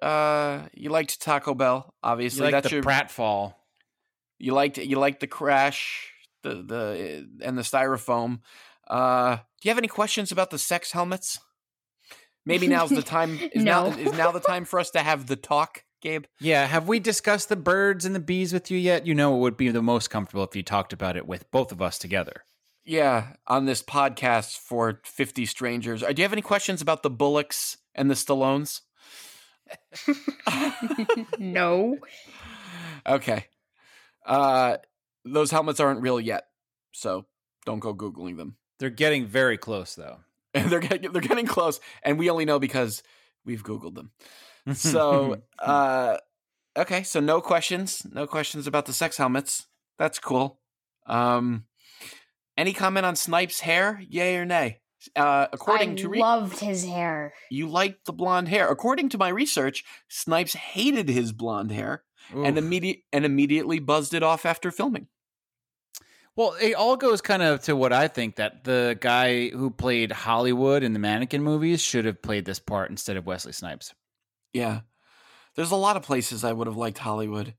B: uh, you liked Taco Bell.
A: You
B: Obviously,
A: like
B: that's
A: the
B: your
A: pratfall.
B: you liked you liked the crash, the the and the styrofoam. Uh, do you have any questions about the sex helmets? Maybe now's the time. Is now
C: No.
B: is now the time for us to have the talk, Gabe?
A: Yeah, have we discussed the birds and the bees with you yet? You know, it would be the most comfortable if you talked about it with both of us together.
B: Yeah, on this podcast for 50 strangers. Uh, Do you have any questions about the Bullocks and the Stallones?
C: no.
B: okay. Uh those helmets aren't real yet. So don't go googling them.
A: They're getting very close, though.
B: they're getting, they're getting close and we only know because we've googled them. So, uh okay, so no questions, no questions about the sex helmets. That's cool. Um any comment on Snipes' hair? Yay or nay? Uh according
C: I
B: to re-
C: loved his hair.
B: you liked the blonde hair. According to my research, Snipes hated his blonde hair and
A: Oof.
B: immediate and immediately buzzed it off after filming.
A: Well, it all goes kind of to what I think that the guy who played Hollywood in the Mannequin movies should have played this part instead of Wesley Snipes.
B: Yeah. There's a lot of places I would have liked Hollywood.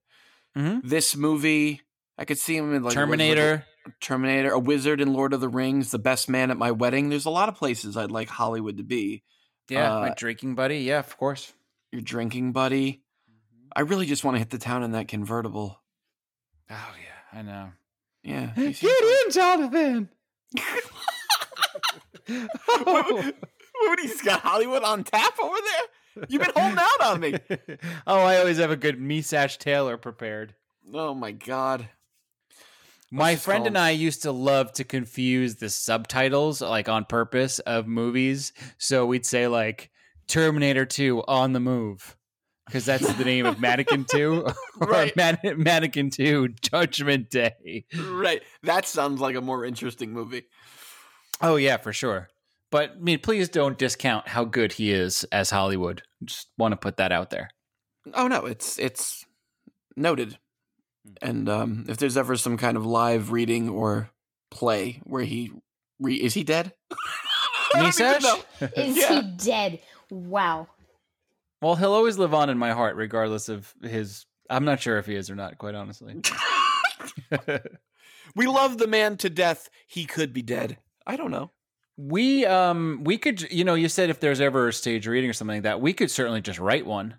A: Mhm.
B: This movie, I could see him in like
A: Terminator.
B: Terminator, a wizard in Lord of the Rings, the best man at my wedding. There's a lot of places I'd like Hollywood to be.
A: Yeah,
B: uh,
A: my drinking buddy. Yeah, of course.
B: Your drinking buddy. I really just want to hit the town in that convertible.
A: Oh yeah, I know.
B: Yeah.
A: in, Jonathan.
B: What, what, he's got Hollywood on tap over there? You've been holding out on me.
A: oh, I always have a good Misash Taylor prepared.
B: Oh my god.
A: My
B: just
A: friend
B: call
A: and
B: him-
A: I used to love to confuse the subtitles, like on purpose, of movies. So we'd say like Terminator Two on the move, because that's the name of Mannequin Two, or
B: Right.
A: Man- Mannequin Two Judgment Day.
B: Right. That sounds like a more interesting movie.
A: Oh yeah, for sure. But I mean, please don't discount how good he is as Hollywood. Just want to put that out there.
B: Oh no, it's it's noted. And um if there's ever some kind of live reading or play where he re- is he dead? I don't even
A: Misash?
B: know.
C: Is
B: Yeah.
C: he dead? Wow.
A: Well, he'll always live on in my heart, regardless of his. I'm not sure if he is or not, quite honestly.
B: we love the man to death. He could be dead. I don't know.
A: We um we could you know you said if there's ever a stage reading or something like that we could certainly just write one.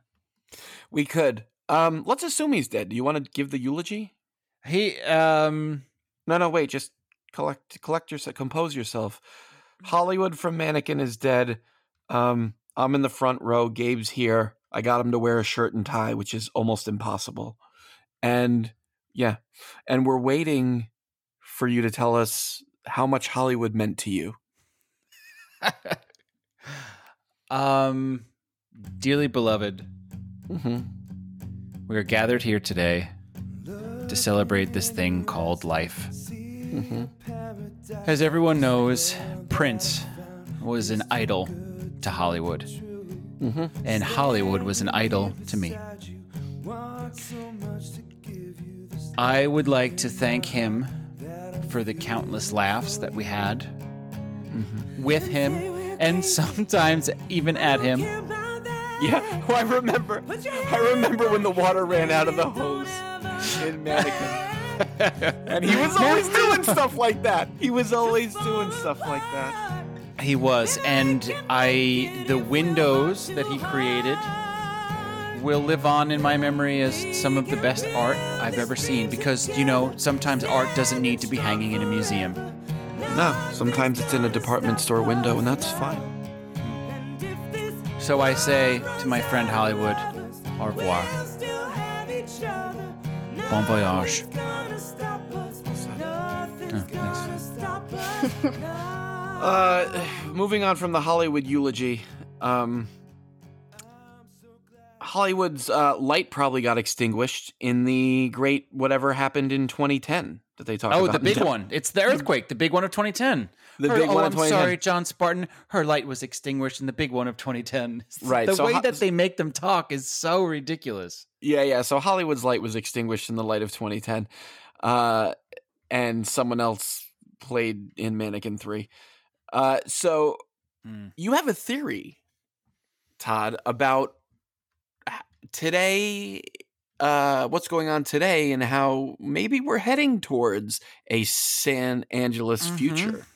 B: We could. Um let's assume he's dead. Do you want to give the eulogy?
A: He um
B: No, no, wait. Just collect, collect yourself, compose yourself. Hollywood from Mannequin is dead. Um, I'm in the front row. Gabe's here. I got him to wear a shirt and tie, which is almost impossible. And yeah, and we're waiting for you to tell us how much Hollywood meant to you.
A: um dearly beloved,
B: Mm-hmm.
A: We are gathered here today to celebrate this thing called life.
B: mm-hmm.
A: As everyone knows, Prince was an idol to Hollywood. And Hollywood was an idol to me. I would like to thank him for the countless laughs that we had with him and sometimes even at him.
B: Yeah, well, I remember. I remember when the water ran out of the hose in Mannequin. and he was always doing stuff like that. He was always doing stuff like that.
A: He was, and I the windows that he created will live on in my memory as some of the best art I've ever seen because you know sometimes art doesn't need to be hanging in a museum.
B: No, sometimes it's in a department store window, and that's fine.
A: So I say to my friend Hollywood, au revoir. Bon voyage. Ah,
B: Uh, moving on from the Hollywood eulogy. Um, Hollywood's uh, light probably got extinguished in the great whatever happened in 2010 that they talked
A: Oh,
B: about.
A: the big one. It's the earthquake, the big one of 2010.
B: The
A: Her-
B: big
A: oh,
B: one
A: I'm
B: of 2010.
A: sorry, John Spartan. Her light was extinguished in the big one of 2010.
B: Right,
A: The
B: so
A: way
B: ho-
A: that they make them talk is so ridiculous.
B: Yeah, yeah. So Hollywood's light was extinguished in the light of 2010, uh, and someone else played in Mannequin Three. Uh, so
A: Mm.
B: you have a theory, Todd, about h- today, uh, what's going on today, and how maybe we're heading towards a San Angeles
A: Mhm.
B: future.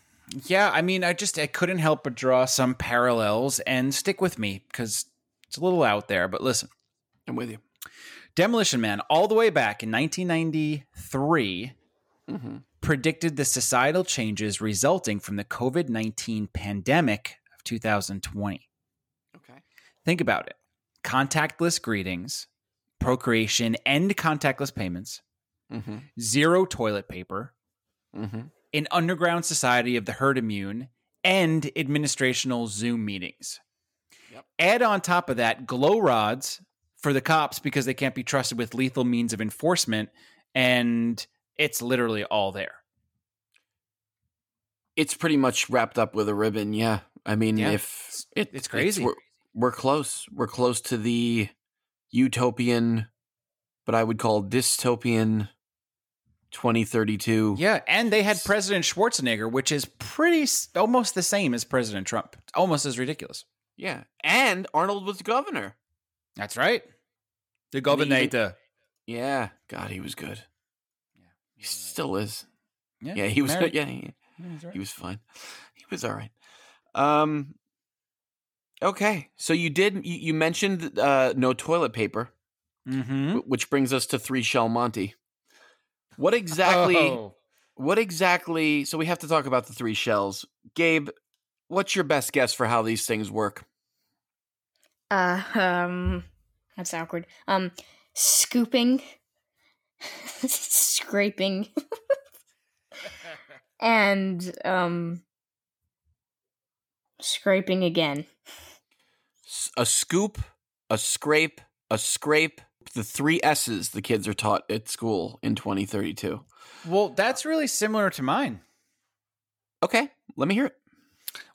A: Yeah, I mean, I just I couldn't help but draw some parallels and stick with me because it's a little out there. But listen,
B: I'm with you.
A: Demolition Man, all the way back in 1993,
B: hmm
A: predicted the societal changes resulting from the COVID 19 pandemic of 2020.
B: Okay.
A: Think about it contactless greetings, procreation and contactless payments,
B: Mm-hmm.
A: zero toilet paper,
B: Mm-hmm.
A: an underground society of the herd immune, and administrational Zoom meetings.
B: Yep.
A: Add on top of that glow rods for the cops because they can't be trusted with lethal means of enforcement, and it's literally all there.
B: It's pretty much wrapped up with a ribbon. Yeah. I mean,
A: Yeah.
B: if
A: It's- it's crazy.
B: we're, we're close. We're close to the utopian, but I would call dystopian 2032.
A: Yeah, and they had President Schwarzenegger, which is pretty s- almost the same as President Trump. It's almost as ridiculous.
B: Yeah. And Arnold was governor.
A: That's right. The
B: governor. Yeah. God, he was good. He still is. Yeah, he was.
A: Merit-
B: Yeah, he,
A: That's right.
B: he was fine. He was all right. Um. Okay, so you did. You, you mentioned uh, no toilet paper.
A: Mhm.
B: Wh- which brings us to three shell monty what exactly
A: Oh.
B: what exactly so we have to talk about the three shells gabe what's your best guess for how these things work
C: Uh, um, that's awkward. Um, scooping, scraping, and um, scraping again.
B: S- a scoop a scrape a scrape the three s's the kids are taught at school in 2032
A: Well, that's really similar to mine.
B: okay let me hear it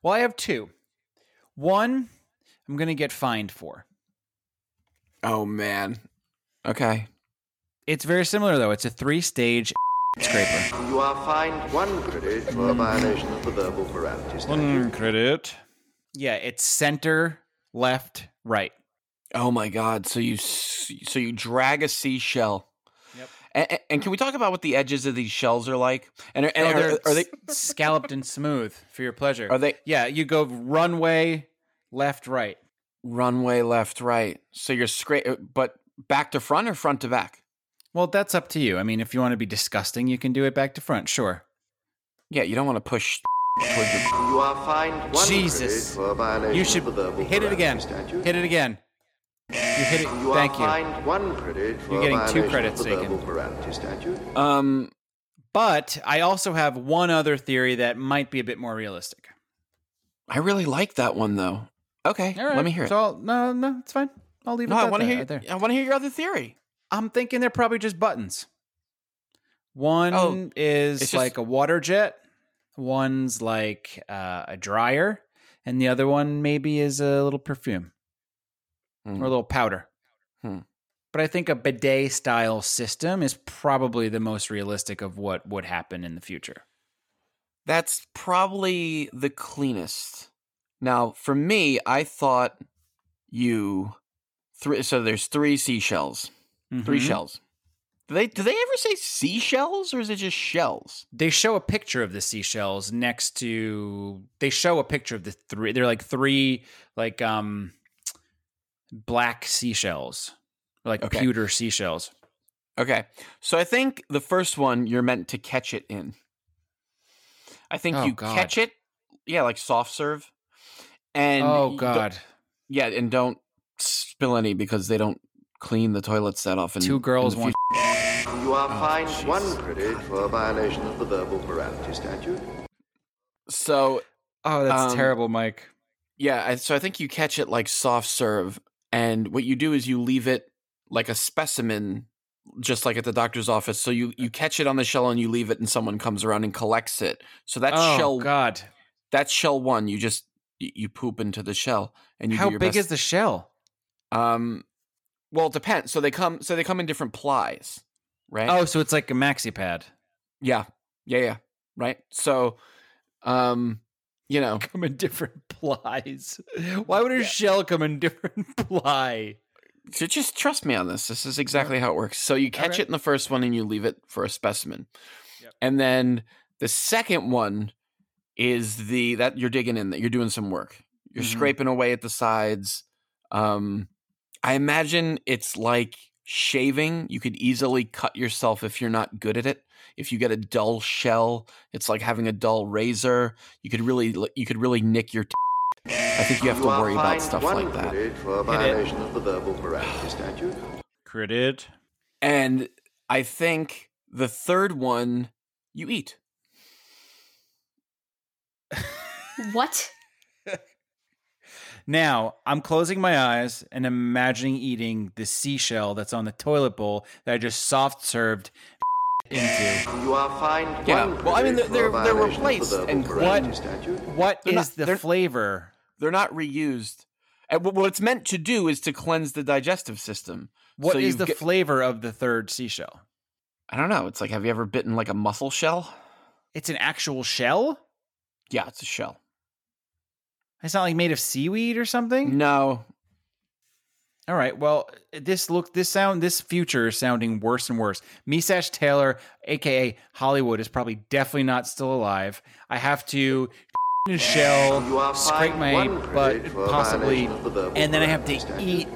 A: Well, I have two. One, I'm going to get fined for.
B: oh man okay
A: It's very similar though. It's a three-stage scraper.
E: You are fined one credit for a violation of the verbal morality statute.
A: credit. Yeah, it's center, left, right.
B: Oh my god! So you s- so you drag a seashell.
A: Yep.
B: And, and can we talk about what the edges of these shells are like? And, are- and
A: Oh,
B: are,
A: they're
B: are they
A: s- scalloped and smooth for your pleasure?
B: are they
A: Yeah, you go runway, left, right.
B: runway left right? So you're straight, but back to front or front to back?
A: Well, that's up to you. I mean, if you want to be disgusting, you can do it back to front. Sure.
B: Yeah, you don't want to push. Towards your,
E: You are fined one
A: Jesus.
E: credit for a violation
A: You should
E: of the verbal
A: hit it
E: morality
A: again.
E: statute.
A: Hit it again. You hit it.
E: You
A: Thank
E: are
A: you.
E: fined one credit for
A: You're
E: a
A: getting two
E: violation
A: credits
E: of the verbal
A: taken.
E: morality statute.
B: um,
A: But I also have one other theory that might be a bit more realistic.
B: I really like that one though. Okay,
A: All right.
B: let me hear it.
A: So I'll, no, no, it's fine. I'll leave it.
B: no, I
A: at
B: want to
A: that
B: hear.
A: right there.
B: I want to hear your other theory.
A: I'm thinking they're probably just buttons. One
B: Oh,
A: is
B: it's just-
A: like a water jet, one's like uh, a dryer, and the other one maybe is a little perfume
B: Hmm.
A: or a little powder.
B: Hmm.
A: But I think a bidet style system is probably the most realistic of what would happen in the future.
B: That's probably the cleanest. Now, for me, I thought you three. So there's three seashells, three
A: Mhm.
B: shells. Do they do they ever say seashells or is it just shells?
A: They show a picture of the seashells next to. They show a picture of the three. They're like three, like um, black seashells, like
B: Okay.
A: pewter seashells.
B: Okay, so I think the first one you're meant to catch it in. I think
A: Oh,
B: you
A: God.
B: catch it, yeah, like soft serve, and
A: oh
B: you don't-
A: God!
B: yeah, and don't spill any because they don't clean the toilets that often.
A: Two
B: in
A: girls,
B: the
A: one.
E: You are
B: Oh,
E: fined one credit for violation of the verbal morality statute.
B: fu- So
A: Oh, that's
B: Um,
A: terrible, Mike.
B: Yeah, I- so I think you catch it like soft serve, and what you do is you leave it like a specimen, just like at the doctor's office. So you you catch it on the shell and you leave it, and someone comes around and collects it. So that's
A: oh
B: shell
A: God!
B: that's shell one. You just y- you poop into the shell, and you
A: How
B: do your
A: big
B: best.
A: is the shell?
B: um? Well, it depends. So they come so they come in different plies, right?
A: Oh, so it's like a maxi pad.
B: yeah, yeah, yeah, right. So, um, you know,
A: Come in different plies. Why would a shell come in different ply?
B: So just trust me on this. This is exactly how it works. So you catch
A: Okay.
B: it in the first one and you leave it for a specimen.
A: Yep.
B: And then the second one is the that you're digging in that you're doing some work. You're
A: Mhm.
B: scraping away at the sides. Um I imagine it's like shaving. You could easily cut yourself if you're not good at it. If you get a dull shell, it's like having a dull razor. You could really you could really nick your t- I think you have to
E: are
B: worry about
E: fined
B: stuff
E: one
B: like that.
E: credit for violation of the verbal morality statute.
A: Credit.
B: And I think the third one you eat.
C: What?
A: Now, I'm closing my eyes and imagining eating the seashell that's on the toilet bowl that I just soft served into.
E: You are fined
B: Yeah,
E: one
B: well, I mean,
E: credit
B: they're-
E: for
B: they're
E: violation of the
B: replaced
E: verbal
B: and
E: morality
A: what-
E: statute.
A: What
B: They're
A: is
B: not-
A: the
B: they're-
A: flavor?
B: They're not reused. And wh- what it's meant to do is to cleanse the digestive system.
A: What is
B: So you
A: the
B: get-
A: flavor of the third seashell?
B: I don't know. It's like, have you ever bitten like a mussel shell?
A: It's an actual shell?
B: Yeah, it's a shell.
A: It's not like made of seaweed or something?
B: No,
A: All right. Well, this look, this sound, this future is sounding worse and worse. Misash Taylor, aka Hollywood, is probably definitely not still alive. I have to in a
E: You
A: shell,
E: are
A: scrape
E: fined
A: my
E: one
A: butt,
E: credit for
A: possibly,
E: violation of the verbal
A: and then I have
E: morality
A: to
E: statute.
A: eat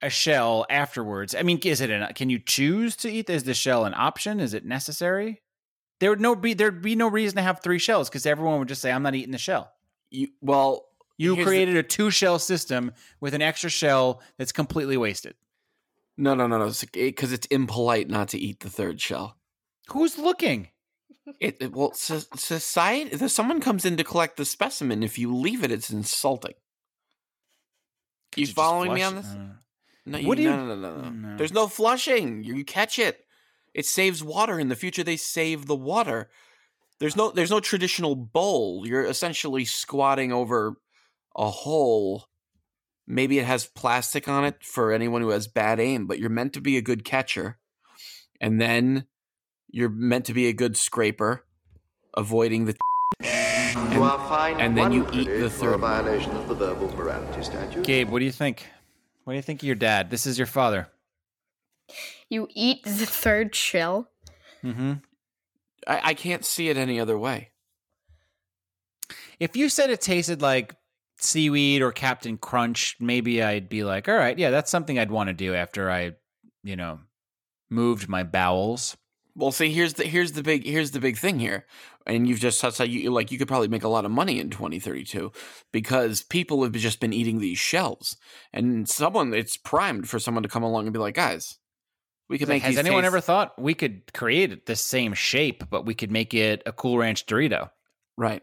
A: a shell afterwards. I mean, is it an? Can you choose to eat? Is the shell an option? Is it necessary? There would no be there'd be no reason to have three shells because everyone would just say, "I'm not eating the shell."
B: you. Well,
A: You
B: Here's the-
A: created a two shell system with an extra shell that's completely wasted.
B: no, no, no, no. Because it's, eh, 'cause it's impolite not to eat the third shell.
A: Who's looking?
B: It, it- well, so, society. If someone comes in to collect the specimen, if you leave it, it's insulting. You
A: just
B: following me
A: flush-
B: on this?
A: Uh,
B: No,
A: What do
B: you,
A: you-
B: no, no, no, no, no.
A: No.
B: There's no flushing. You catch it. It saves water in the future. They save the water. There's no there's no traditional bowl. You're essentially squatting over a hole. Maybe it has plastic on it for anyone who has bad aim, but you're meant to be a good catcher. And then you're meant to be a good scraper, avoiding the
E: You are fined
B: and then
E: one
B: you eat
E: credit
B: the
E: for
B: third one.
E: violation of the verbal morality statute.
A: Gabe, what do you think? What do you think of your dad? This is your father.
C: You eat the third shell?
A: Mm-hmm.
B: I, I can't see it any other way.
A: If you said it tasted like seaweed or Captain Crunch, maybe I'd be like, all right, yeah, that's something I'd want to do after I, you know, moved my bowels.
B: Well, see, here's the here's the big here's the big thing here, and you've just touched on you like you could probably make a lot of money in 2032 because people have just been eating these shells, and someone it's primed for someone to come along and be like, guys, we could
A: Like,
B: make.
A: has
B: these
A: anyone
B: taste-
A: ever thought we could create the same shape, but we could make it a Cool Ranch Dorito?
B: right?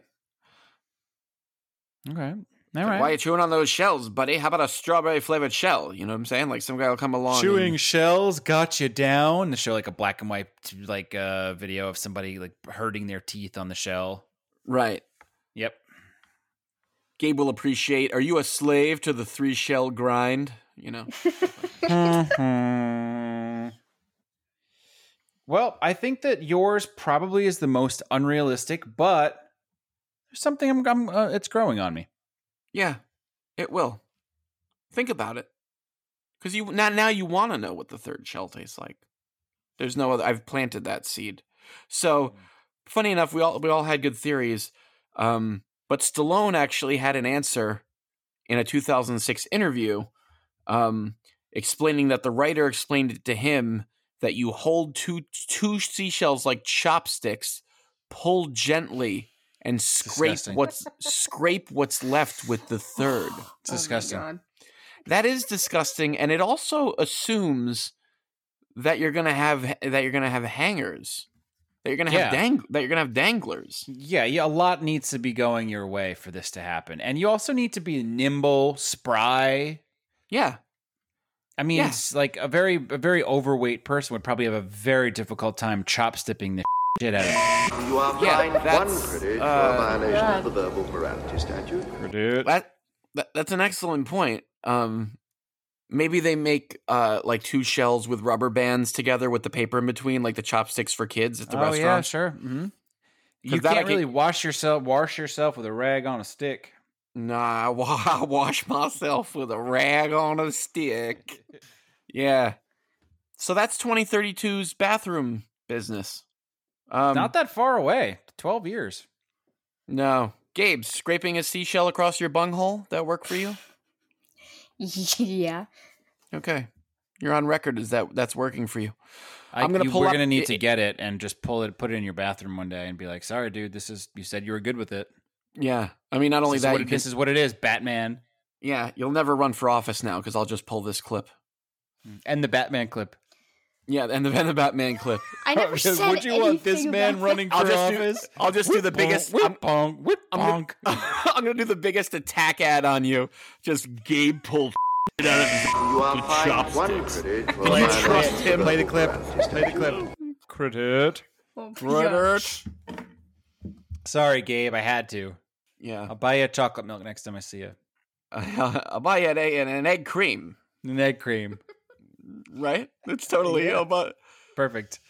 A: Okay. All
B: Like, Why are you
A: right.
B: chewing on those shells, buddy? How about a strawberry flavored shell? You know what I'm saying? Like some guy will come along.
A: Chewing
B: and-
A: shells got you down. They show like a black and white like uh, video of somebody like hurting their teeth on the shell.
B: right.
A: Yep.
B: Gabe will appreciate. Are you a slave to the three shell grind? You know.
A: well, Mm-hmm. I think that yours probably is the most unrealistic, but there's something I'm, I'm uh, it's growing on me.
B: yeah, it will. Think about it, because you now now you want to know what the third shell tastes like. There's no other. I've planted that seed. So, funny enough, we all we all had good theories, um, but Stallone actually had an answer in a 2006 interview, um, explaining that the writer explained it to him that you hold two two seashells like chopsticks, pull gently, and scrape
A: Disgusting.
B: what's scrape what's left with the third.
A: It's disgusting.
C: Oh
B: That is disgusting, and it also assumes that you're gonna have that you're gonna have hangers, that you're gonna have
A: Yeah.
B: dang that you're gonna have danglers.
A: Yeah, yeah, a lot needs to be going your way for this to happen. And you also need to be nimble, spry.
B: Yeah,
A: I mean,
B: Yeah.
A: it's like a very a very overweight person would probably have a very difficult time chop stipping the shit out of
E: You are
B: Yeah,
E: fined
B: that's,
E: one credit for
B: uh,
E: a violation
C: God.
E: of the verbal morality statute.
A: dude.
B: that, that that's an excellent point. Um, maybe they make uh like two shells with rubber bands together with the paper in between, like the chopsticks for kids at the
A: oh yeah,
B: restaurant.
A: sure. hmm You
B: that I
A: can't
B: can-
A: really wash yourself wash yourself with a rag on a stick.
B: Nah, I wa- I wash myself with a rag on a stick. Yeah. So that's 2032's bathroom business. Um,
A: Not that far away. Twelve years.
B: No. Gabe, scraping a seashell across your bunghole, that work for you?
C: yeah.
B: Okay. You're on record as that that's working for you.
A: I,
B: I'm gonna
A: you-
B: pull
A: We're
B: up-
A: gonna need
B: i-
A: to get it and just pull it, put it in your bathroom one day, and be like, "Sorry, dude, this is you said you were good with it.
B: Yeah. I mean, not only
A: this, is
B: that,
A: what
B: you
A: it-
B: can,
A: this is what it is, Batman."
B: yeah, you'll never run for office now because I'll just pull this clip.
A: And the Batman clip.
B: Yeah, and the, and the Batman clip.
C: I never said
A: Would you want this
C: anything
A: man
C: about
A: running for
B: I'll just do-
A: office?
B: I'll just do the biggest. I'm,
A: Whip bonk, whip
B: I'm
A: bonk.
B: I'm gonna do the biggest attack ad on you. Just Gabe pulled shit out of his.
E: You are fined one
B: chopsticks.
E: credit for a
B: Will you
E: violation
B: trust
E: of the
B: him?
E: verbal
B: Play the
A: clip.
E: morality
A: the
E: statute.
A: clip. Credit.
C: that. Oh
B: brother.
A: Sorry, Gabe, I had to.
B: Yeah,
A: I'll buy you a chocolate milk next time I see you.
B: I'll buy you an egg, an egg cream.
A: An egg cream.
B: Right? That's totally.
A: Yeah.
B: I'll buy-
A: Perfect.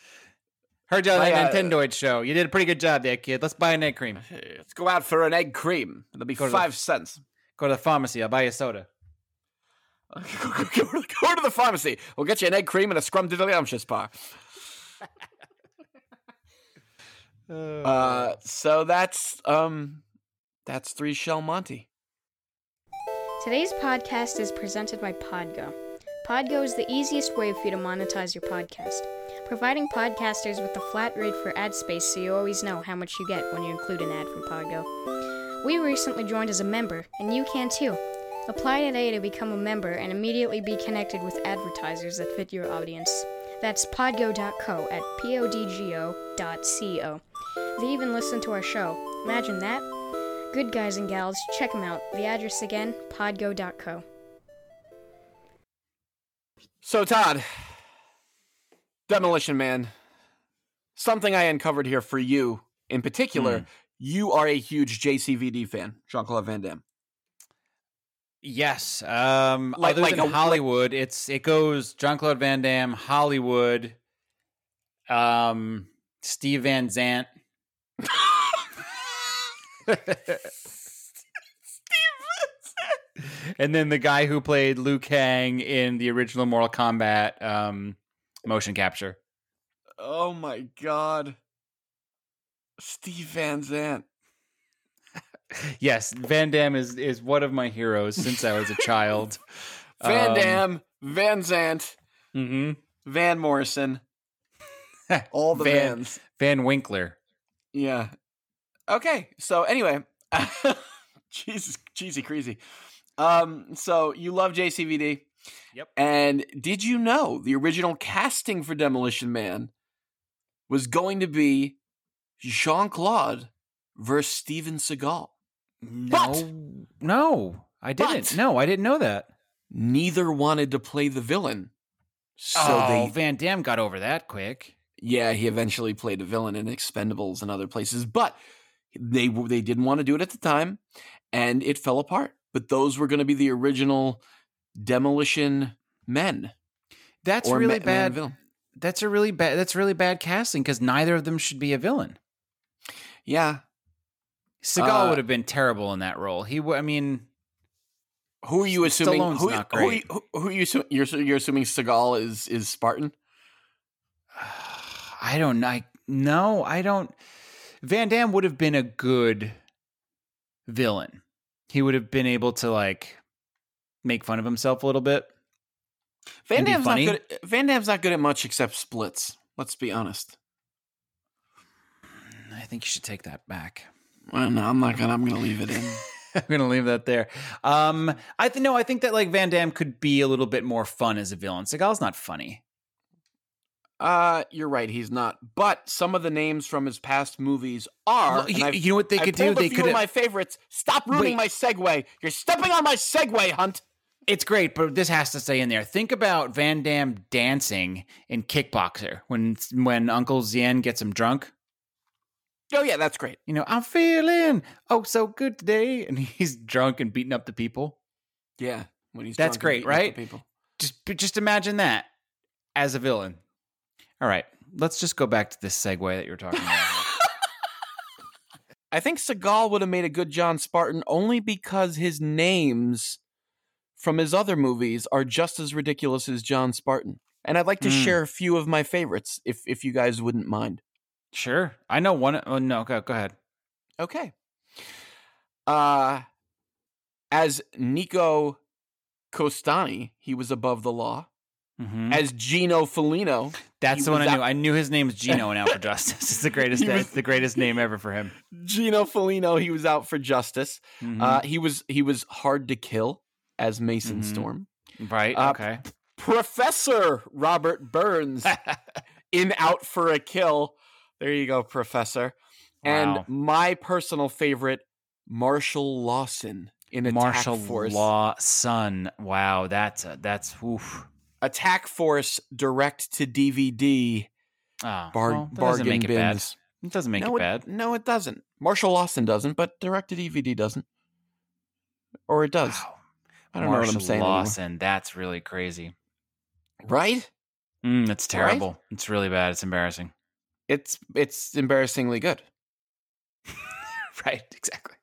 A: Heard you on that
B: Buy a-
A: Nintendoid show. You did a pretty good job there, kid. Let's buy an egg cream.
B: Hey, Let's go out for an egg cream. It'll be
A: Go to the-
B: five cents.
A: Go to the pharmacy. I'll buy you a soda.
B: go, go- go- go to the pharmacy. We'll get you an egg cream and a scrum diddlyumptious bar. Uh, so that's um, that's three shell Monty.
F: Today's podcast is presented by Podgo. Podgo is the easiest way for you to monetize your podcast, providing podcasters with a flat rate for ad space so you always know how much you get when you include an ad from Podgo. We recently joined as a member, and you can too. Apply today to become a member and immediately be connected with advertisers that fit your audience. That's podgo.co at podgo.co. They even listen to our show. Imagine that. Good guys and gals, check them out. The address again, podgo.co.
B: So Todd, Demolition Man, something I uncovered here for you in particular. You are a huge JCVD fan, Jean Claude Van Damme.
A: Yes. Um,
B: Like-
A: other
B: like
A: than
B: a-
A: Hollywood, it's it goes John Claude Van Damme, Hollywood, um, Steve Van Zant. and then the guy who played Liu Kang in the original Mortal Kombat um, motion capture.
B: Oh my God, Steve Van Zandt.
A: Yes, Van Damme is is one of my heroes since I was a child.
B: Van
A: Um,
B: Dam, Van Zant,
A: mhm.
B: Van Morrison, all the
A: Van-
B: Vans.
A: Van Winkler.
B: Yeah. Okay. So anyway, Jesus, cheesy, crazy. Um. So you love JCVD.
A: Yep.
B: And did you know the original casting for Demolition Man was going to be Jean Claude versus Steven Seagal?
A: No, no, I
B: But-
A: didn't. No, I didn't know that.
B: Neither wanted to play the villain. So
A: oh,
B: they
A: Van Damme got over that quick.
B: Yeah, he eventually played a villain in Expendables and other places, but they w- they didn't want to do it at the time, and it fell apart. But those were going to be the original Demolition Men.
A: That's
B: or
A: really
B: Ma- Man
A: bad.
B: Villain.
A: that's a really bad. That's really bad casting because neither of them should be a villain.
B: Yeah,
A: Seagal
B: Uh,
A: would have been terrible in that role. He, w- I mean,
B: who are you assuming?
A: Stallone's
B: who,
A: not
B: who-
A: great.
B: Who, who are you? assu- You're, assu- you're assuming Seagal is is Spartan?
A: I don't. I no, I don't. Van Damme would have been a good villain. He would have been able to like make fun of himself a little bit. It'd
B: Van
A: be
B: Damme's not
A: funny.
B: good. At, Van Damme's not good at much except splits. Let's be honest.
A: I think you should take that back.
B: Well, no, I'm not gonna. I'm gonna leave it in.
A: I'm gonna leave that there. Um, I th- no, I think that like Van Damme could be a little bit more fun as a villain. Seagal's not funny.
B: Uh, you're right. He's not. But some of the names from his past movies are.
A: Well,
B: and
A: you,
B: I've-
A: you know what they
B: I
A: could do?
B: pulled a
A: They
B: few
A: could.
B: of my favorites. Stop
A: Wait.
B: ruining my segue. You're stepping on my segue, Hunt.
A: it's great, but this has to stay in there. Think about Van Damme dancing in Kickboxer when when Uncle Zien gets him drunk.
B: Oh yeah, that's great.
A: you know, I'm feeling oh so good today, and he's drunk and beating up the people.
B: Yeah, when he's
A: That's
B: drunk and
A: great,
B: beating
A: right?
B: up the People.
A: Just, but just imagine that as a villain. All right, let's just go back to this segue that you were talking about.
B: I think Seagal would have made a good John Spartan only because his names from his other movies are just as ridiculous as John Spartan. And I'd like to
A: Mm.
B: share a few of my favorites, if if you guys wouldn't mind.
A: sure, I know one. Oh no, go go ahead.
B: Okay. Uh as Nico Costani, he was above the law.
A: Mhm.
B: As Gino Felino,
A: That's
B: he
A: the one
B: was
A: I knew.
B: out-
A: I knew his name is Gino in Out for Justice. It's the greatest.
B: He was-
A: it's the greatest name ever for him.
B: Gino Felino, he was out for justice.
A: Mhm.
B: Uh he was he was hard to kill as Mason
A: Mhm.
B: Storm.
A: right.
B: uh,
A: okay.
B: Professor Robert Burns in Out for a Kill. There you go, Professor.
A: Wow.
B: And my personal favorite, Marshall Lawson in Attack
A: Martial
B: Force.
A: law son. Wow, that's a, that's oof.
B: Attack Force direct to DVD
A: Oh,
B: bar-
A: well, that doesn't
B: bargain
A: make it bad.
B: bins.
A: It doesn't make
B: no,
A: it bad.
B: No, it doesn't. Marshall Lawson doesn't, but direct to DVD doesn't, or it does.
A: Wow.
B: I don't know what I'm
A: Marshall
B: saying. anymore.
A: Lawson, that's really crazy.
B: Right?
A: Mm, that's
B: Right?
A: terrible. It's really bad. It's embarrassing.
B: It's it's embarrassingly good.
A: right, exactly.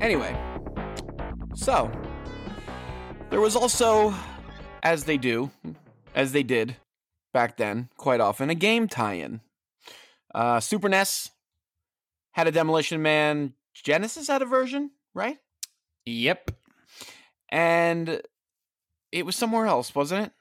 B: Anyway, so there was also, as they do, as they did back then, quite often, a game tie-in. Uh, Super NES had a Demolition Man. Genesis had a version, right?
A: Yep.
B: And it was somewhere else, wasn't it?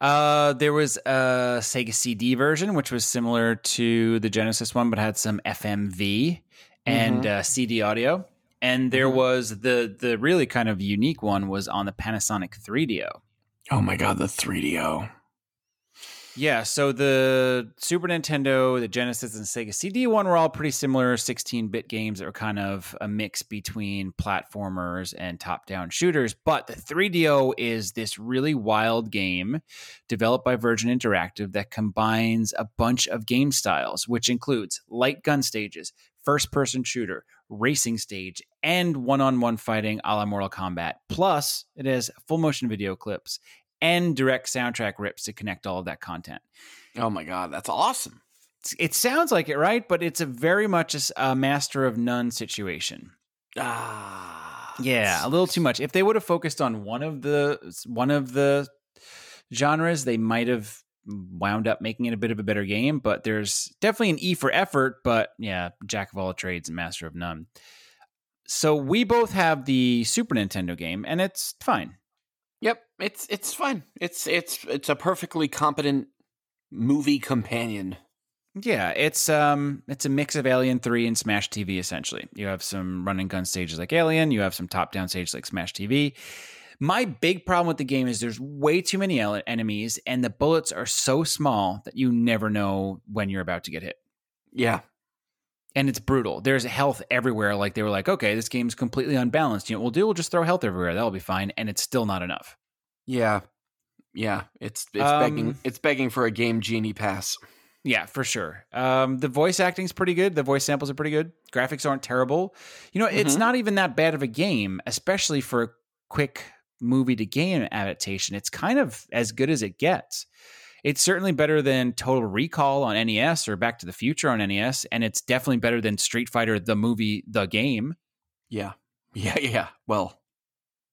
A: Uh, there was a Sega CD version, which was similar to the Genesis one, but had some FMV and uh, CD audio. And there
B: Mhm.
A: was the the really kind of unique one was on the Panasonic 3DO.
B: Oh my god, the 3DO.
A: Yeah, so the Super Nintendo, the Genesis, and Sega CD one were all pretty similar 16 bit games that were kind of a mix between platformers and top down shooters. But the 3DO is this really wild game developed by Virgin Interactive that combines a bunch of game styles, which includes light gun stages, first person shooter, racing stage, and one on one fighting a la Mortal Kombat. Plus, it has full motion video clips and direct soundtrack rips to connect all of that content.
B: Oh my god, that's awesome.
A: It's- It sounds like it, right? But it's a very much a s- a master of none situation.
B: Ah.
A: Yeah, a little too much. If they would have focused on one of the one of the genres, they might have wound up making it a bit of a better game. But there's definitely an E for effort. But yeah, jack of all trades and master of none. So we both have the Super Nintendo game, and it's fine.
B: Yep, it's it's fine. It's it's it's a perfectly competent movie companion.
A: Yeah, it's um it's a mix of Alien 3 and Smash TV essentially. You have some run and gun stages like Alien, you have some top-down stages like Smash TV. My big problem with the game is there's way too many ele- enemies and the bullets are so small that you never know when you're about to get hit.
B: Yeah,
A: And it's brutal. There's health everywhere like they were like, "Okay, this game's completely unbalanced. You know, what we'll do we'll just throw health everywhere. That'll be fine." And it's still not enough.
B: yeah, yeah. It's it's begging
A: Um,
B: it's begging for a game genie pass.
A: Yeah, for sure. Um, the voice acting's pretty good. The voice samples are pretty good. Graphics aren't terrible. You know, it's
B: Mhm.
A: not even that bad of a game, especially for a quick movie to game adaptation. It's kind of as good as it gets. It's certainly better than Total Recall on NES or Back to the Future on NES, and it's definitely better than Street Fighter the movie, the game.
B: Yeah, yeah, yeah. Well,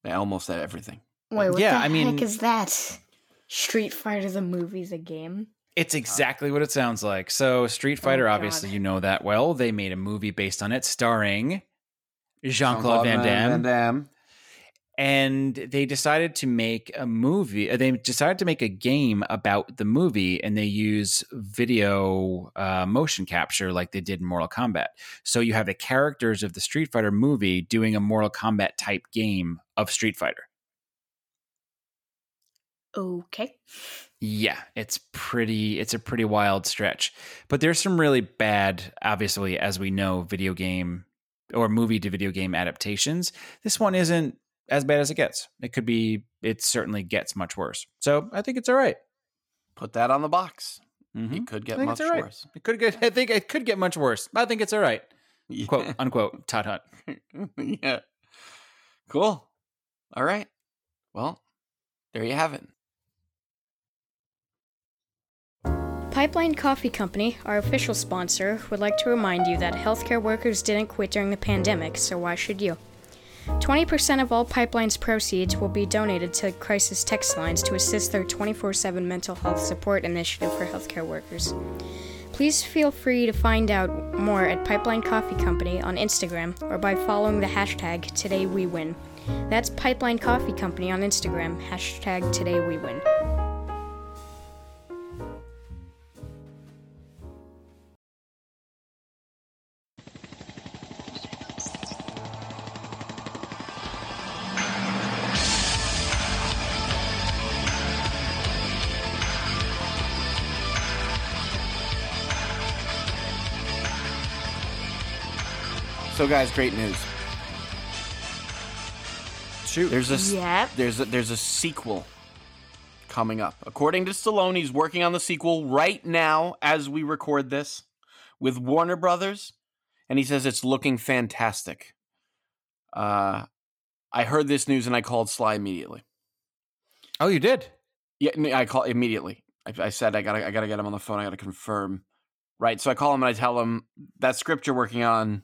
B: I almost had everything.
C: Wait, what
A: Yeah,
C: the
A: I
C: heck
A: mean-
C: is that? Street Fighter the movie, the game.
A: It's exactly what it Oh, sounds like. So, Street Fighter, obviously,
C: God.
A: you know that well. They made a movie based on it starring Jean
B: Jean-Claude
A: Claude Van Damme.
B: Van Damme.
A: and they decided to make a movie uh, they decided to make a game about the movie and they use video uh, motion capture like they did in mortal kombat so you have the characters of the street fighter movie doing a mortal kombat type game of street fighter
C: Okay.
A: yeah it's pretty it's a pretty wild stretch but there's some really bad obviously as we know video game or movie to video game adaptations this one isn't as bad as it gets it could be it certainly gets much worse so i think it's all right.
B: Put that on the box.
A: Mhm.
B: It could
A: I
B: get
A: think it's
B: much
A: all right.
B: worse.
A: it could get i think it could get much worse i think it's all right quote unquote todd hunt
B: yeah. Cool. All right. Well, there you have it.
F: Pipeline Coffee Company, our official sponsor, would like to remind you that healthcare workers didn't quit during the pandemic, so why should you? 20% of all Pipeline's proceeds will be donated to crisis text lines to assist their 24 7 mental health support initiative for healthcare workers. Please feel free to find out more at Pipeline Coffee Company on Instagram or by following the hashtag TodayWeWin. That's Pipeline Coffee Company on Instagram, hashtag TodayWeWin.
B: So, guys, great news.
A: shoot
B: There's a s-
C: Yep.
B: there's a, there's a sequel coming up. According to Stallone, he's working on the sequel right now as we record this with Warner Brothers, and he says it's looking fantastic. Uh, I heard this news and I called Sly immediately.
A: oh you did
B: Yeah, no, I call immediately. I, I said I gotta I gotta get him on the phone. I gotta confirm. Right, so I call him and I tell him that script you're working on,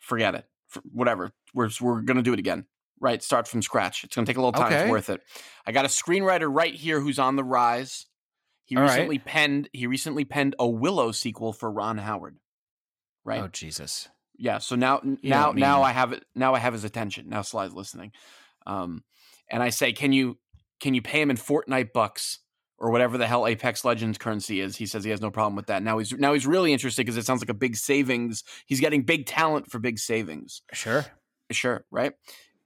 B: forget it. F- whatever, we're we're gonna do it again. Right, start from scratch. It's gonna take a little time.
A: Okay.
B: It's worth it. I got a screenwriter right here who's on the rise. He
A: All right.
B: recently penned he recently penned a Willow sequel for Ron Howard. Right.
A: oh jesus
B: Yeah. So now,
A: You
B: now,
A: don't
B: now
A: mean-
B: I have it. Now I have his attention. Now Sly's listening, um, and I say, "Can you can you pay him in Fortnite bucks or whatever the hell Apex Legends currency is?" He says he has no problem with that. Now he's now he's really interested because it sounds like a big savings. He's getting big talent for big savings.
A: sure
B: Sure, right?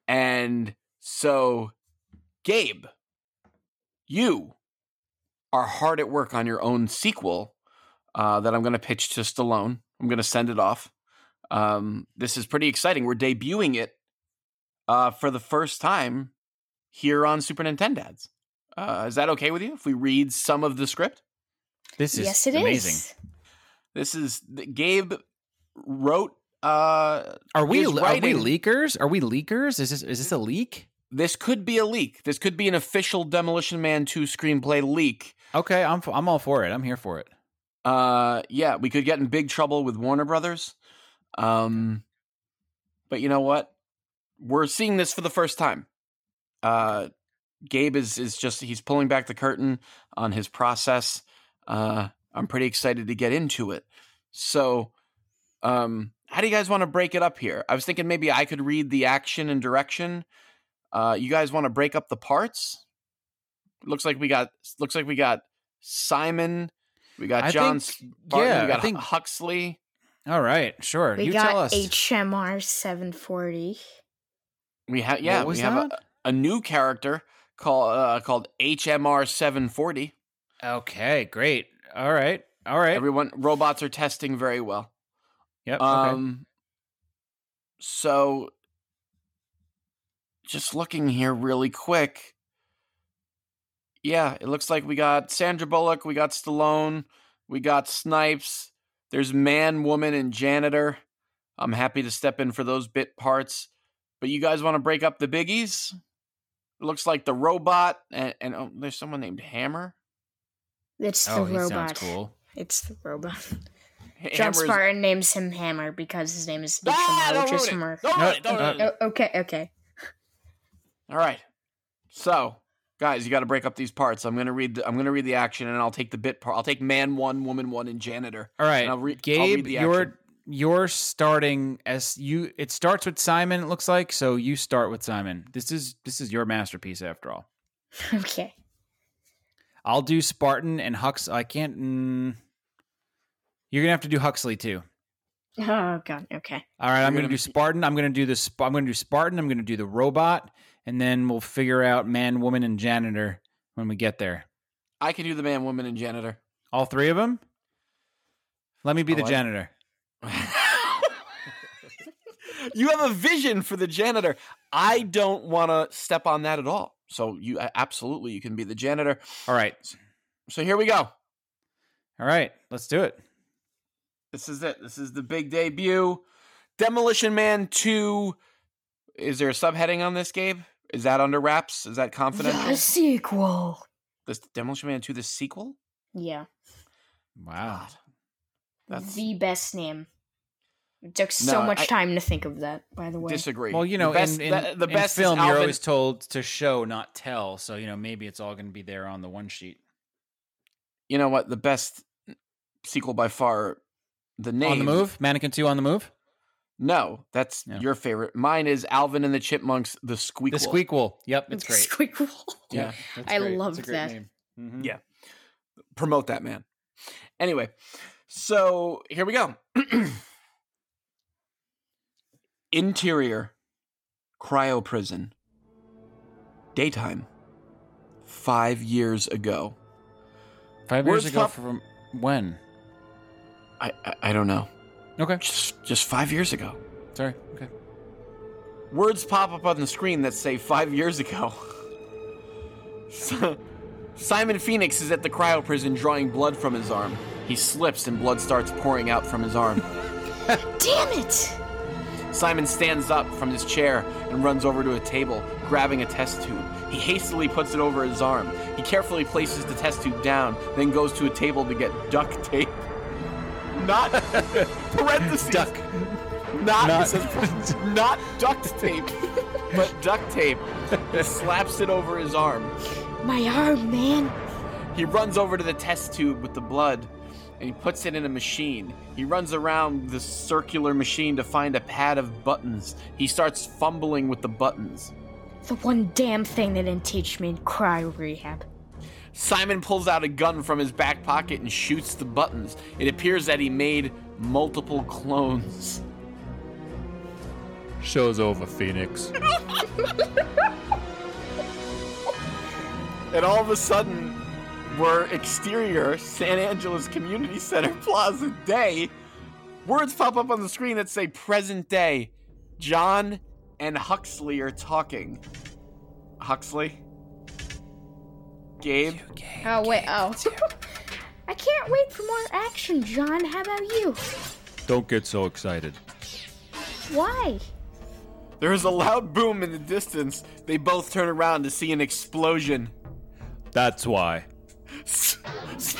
B: And so, Gabe, you are hard at work on your own sequel uh, that I'm going to pitch to Stallone. I'm going to send it off. Um, this is pretty exciting. We're debuting it uh, for the first time here on Super Nintendads. Uh, is that okay with you if we read some of the script?
A: this is
C: yes, it is.
A: amazing
B: This is Gabe wrote. Uh,
A: are we
B: Is
A: are
B: writing-
A: we leakers are we leakers is this is this a leak
B: this could be a leak. This could be an official Demolition Man 2 screenplay leak.
A: okay i'm f- i'm all for it i'm here for it
B: Uh, yeah, we could get in big trouble with Warner Brothers. Um, but you know what? We're seeing this for the first time. Uh, Gabe is is just he's pulling back the curtain on his process. Uh, I'm pretty excited to get into it. So, um, how do you guys want to break it up here? I was thinking maybe I could read the action and direction. Uh, you guys want to break up the parts? looks like we got looks like we got Simon, we got
A: I
B: John,
A: think-
B: Barton,
A: yeah,
B: we got
A: I think.
B: Huxley.
A: All right, sure.
C: We
A: you tell
C: got
A: us.
C: HMR 740.
B: We have
A: What
B: yeah,
A: was
B: we have a,
A: that?
B: a new character called uh, called HMR 740.
A: okay, great. All right, all right.
B: Everyone robots are testing very well.
A: yep. okay.
B: Um, so just looking here really quick. Yeah, it looks like we got Sandra Bullock, we got Stallone, we got Snipes. There's man, woman, and janitor. I'm happy to step in for those bit parts. But you guys want to break up the biggies? It looks like the robot and, and oh, there's someone named Hammer.
C: It's the
A: oh, he sounds
C: robot.
A: cool.
C: It's the robot. John
B: Hammer's-
C: Spartan names him Hammer because his name is
B: Ah,
C: HMR,
B: don't
C: which is
B: ruin
C: Hammer.
B: it. Don't
A: No,
B: ruin it. Don't ruin it.
A: no.
C: Oh, okay, okay.
B: All right. So, guys, you got to break up these parts. I'm gonna read. The, I'm gonna read the action, and I'll take the bit part. I'll take man one, woman one, and janitor.
A: All right,
B: And I'll re- I'll read
A: Gabe,
B: the action.
A: you're you're starting as you. It starts with Simon. It looks like so. You start with Simon. This is this is your masterpiece after all.
C: Okay.
A: I'll do Spartan and Hux. I can't. Mm, you're gonna have to do Huxley too.
C: Oh, God, okay.
A: All right, I'm
B: You're
A: gonna
B: gonna
A: do
B: be-
A: Spartan. I'm gonna do this. I'm gonna do Spartan. I'm gonna do the robot, and then we'll figure out man, woman, and janitor when we get there.
B: I can do the man, woman, and janitor.
A: All three of them. Let me be
B: I
A: the
B: like-
A: janitor.
B: you have a vision for the janitor. I don't want to step on that at all. So you a- absolutely you can be the janitor.
A: All right,
B: So here we go.
A: all right. Let's do it.
B: This is it. This is the big debut. Demolition Man 2. Is there a subheading on this, Gabe? Is that under wraps? Is that confidential?
C: The sequel.
B: This Demolition Man 2, the sequel?
C: Yeah.
A: Wow.
B: That's
C: The best name. It took so
B: No,
C: much
B: I-
C: time to think of that, by the way.
B: disagree.
A: Well, you know,
B: the best,
A: in, in,
B: the, the
A: in
B: best
A: film,
B: is
A: you're
B: Alvin.
A: always told to show, not tell. So you know, maybe it's all going to be there on the one sheet,
B: You know what? The best sequel by far. The name
A: on the move, mannequin two on the move,
B: No, that's
A: Yeah.
B: your favorite. Mine is Alvin and the Chipmunks. The squeak.
A: the squeakquel. Yep, it's great.
C: Squeakquel.
A: Yeah,
C: I love that.
A: Mm-hmm.
B: Yeah. promote that man. Anyway, so here we go. Interior cryo prison. Daytime. Five years ago.
A: Five
B: Words
A: years ago
B: not-
A: from when?
B: I I, I don't know.
A: Okay,
B: Just just five years ago.
A: sorry. Okay.
B: Words pop up on the screen that say five years ago. Si- Simon Phoenix is at the cryo prison drawing blood from his arm. He slips and blood starts pouring out from his arm.
C: Damn it!
B: Simon stands up from his chair and runs over to a table, grabbing a test tube. He hastily puts it over his arm. He carefully places the test tube down, then goes to a table to get duct tape. Not parentheses.
A: Duck.
B: Not,
A: Not-
B: it says, not duct tape, but duct tape. He slaps it over his arm.
C: My arm, man.
B: He runs over to the test tube with the blood and he puts it in a machine. He runs around the circular machine to find a pad of buttons. He starts fumbling with the buttons.
C: The one damn thing they didn't teach me in cryo rehab.
B: Simon pulls out a gun from his back pocket and shoots the buttons. It appears that he made multiple clones.
G: Show's over, Phoenix.
B: And all of a sudden, we're exterior San Angeles Community Center Plaza Day. Words pop up on the screen that say present day. John and Huxley are talking. Huxley? Gabe?
F: Oh, wait. Oh.
C: I can't wait for more action, John. How about you?
G: Don't get so excited.
C: Why?
B: There is a loud boom in the distance. They both turn around to see an explosion.
G: That's why.
B: I just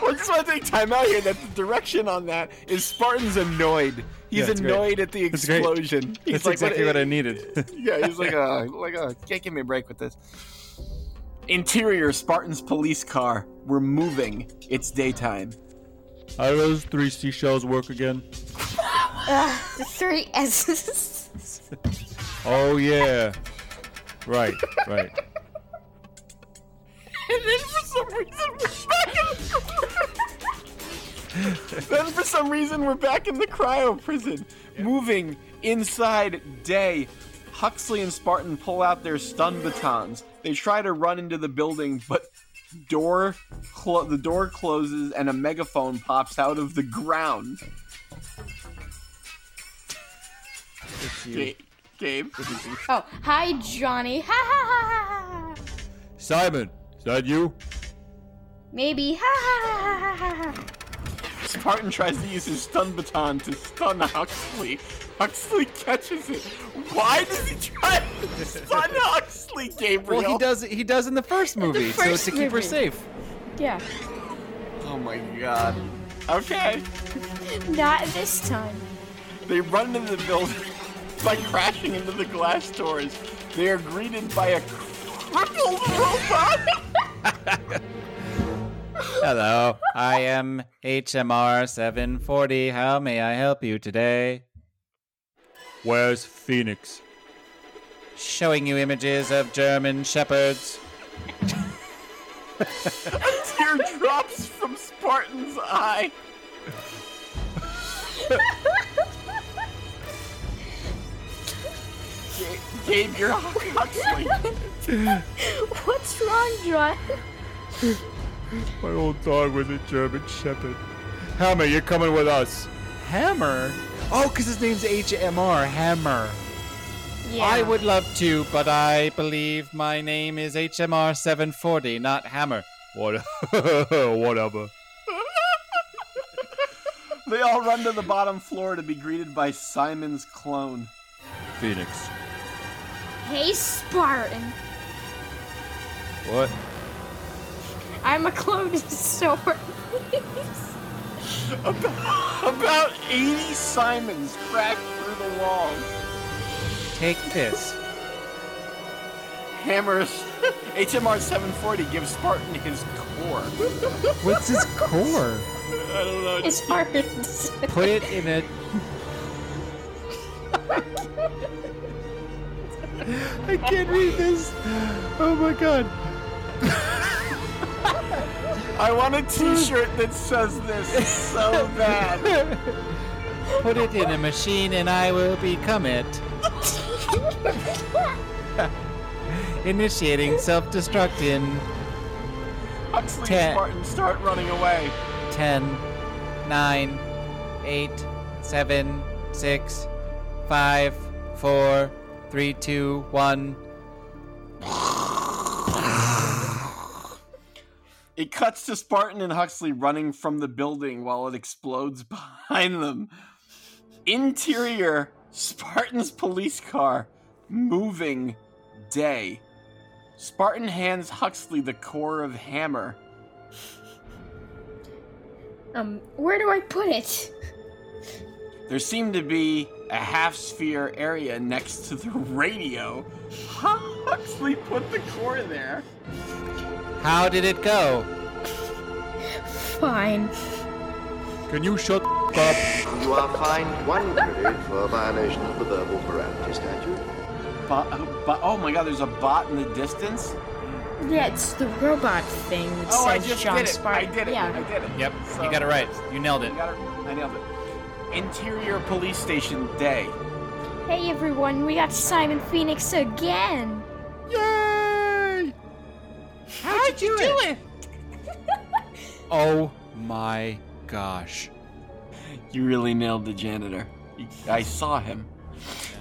B: want to take time out here that the direction on that is Spartan's annoyed. He's
G: Yeah, it's great.
B: annoyed at the
G: It's great.
B: explosion. He's
G: That's
B: like,
G: exactly what I needed.
B: Yeah, he's like, uh, like, uh, can't give me a break with this. Interior Spartan's police car. We're moving. It's daytime.
G: How do those three seashells work again?
C: The three S's.
G: Oh yeah. Right, right.
B: And then for some reason we're back in Then for some reason we're back in the cryo prison. Moving inside day. Huxley and Spartan pull out their stun batons. They try to run into the building, but door clo- the door closes and a megaphone pops out of the ground. Ga- Gabe.
C: Oh, hi, Johnny. Ha ha ha ha ha.
G: Simon, is that you?
C: Maybe. Ha ha ha ha ha ha.
B: Spartan tries to use his stun baton to stun Huxley. Huxley catches it. Why does he try to stun Huxley, Gabriel?
A: Well, he does. He does in the first movie, so
C: first
A: to keep her
C: movie.
A: safe.
C: Yeah.
B: Oh my god. Okay.
C: Not Uh, this time.
B: They run into the building by crashing into the glass doors. They are greeted by a crippled robot.
A: Hello, I am HMR seven forty. How may I help you today?
G: Where's Phoenix?
A: Showing you images of German shepherds.
B: Tear drops from Spartan's eye. Ga- Gabe, you're Huxley.
C: What's wrong, John?
G: My old dog was a German Shepherd. Hammer, you're coming with us.
A: Hammer. Oh, because his name's HMR Hammer.
C: Yeah.
A: I would love to, but I believe my name is HMR seven forty, not Hammer.
G: What? Whatever.
B: They all run to the bottom floor to be greeted by Simon's clone.
G: Phoenix.
C: Hey, Spartan.
G: What?
C: I'm a clone of sorts.
B: About 80 Simons crack through the wall.
A: Take this.
B: Hammers. HMR 740 gives Spartan his core.
A: What's his core?
B: I don't know.
C: It's Spartans.
A: Put it in a. I can't read this. Oh my god.
B: I want a t shirt that says this so bad.
A: Put it in a machine and I will become it. Initiating self destruct in
B: Huxley
A: Ten.
B: and Spartan start running away.
A: 10, 9, 8, 7, 6, 5, 4, 3, 2, 1.
B: It cuts to Spartan and Huxley running from the building while it explodes behind them. Interior Spartan's police car moving day. Spartan hands Huxley the core of Hammer.
C: um, where do I put it?
B: There seemed to be a half sphere area next to the radio. Huxley put the core there.
A: How did it go?
C: Fine.
G: Can you shut the f- up?
E: You are fined one credit for violation of the verbal morality statute.
B: But, but oh my god, there's a bot in the distance.
C: Yeah, it's the robot thing. That
B: Oh, I
C: says
B: just
C: John
B: did it.
C: Spartan.
B: I did it.
C: Yeah.
B: I did it.
A: Yep,
B: So-
A: you got it right. You nailed it.
B: I got it. I nailed it. Interior police station day.
C: Hey, everyone, we got Simon Phoenix again.
G: Yay!
A: How'd you do it? oh my gosh.
B: You really nailed the janitor. You- I saw him.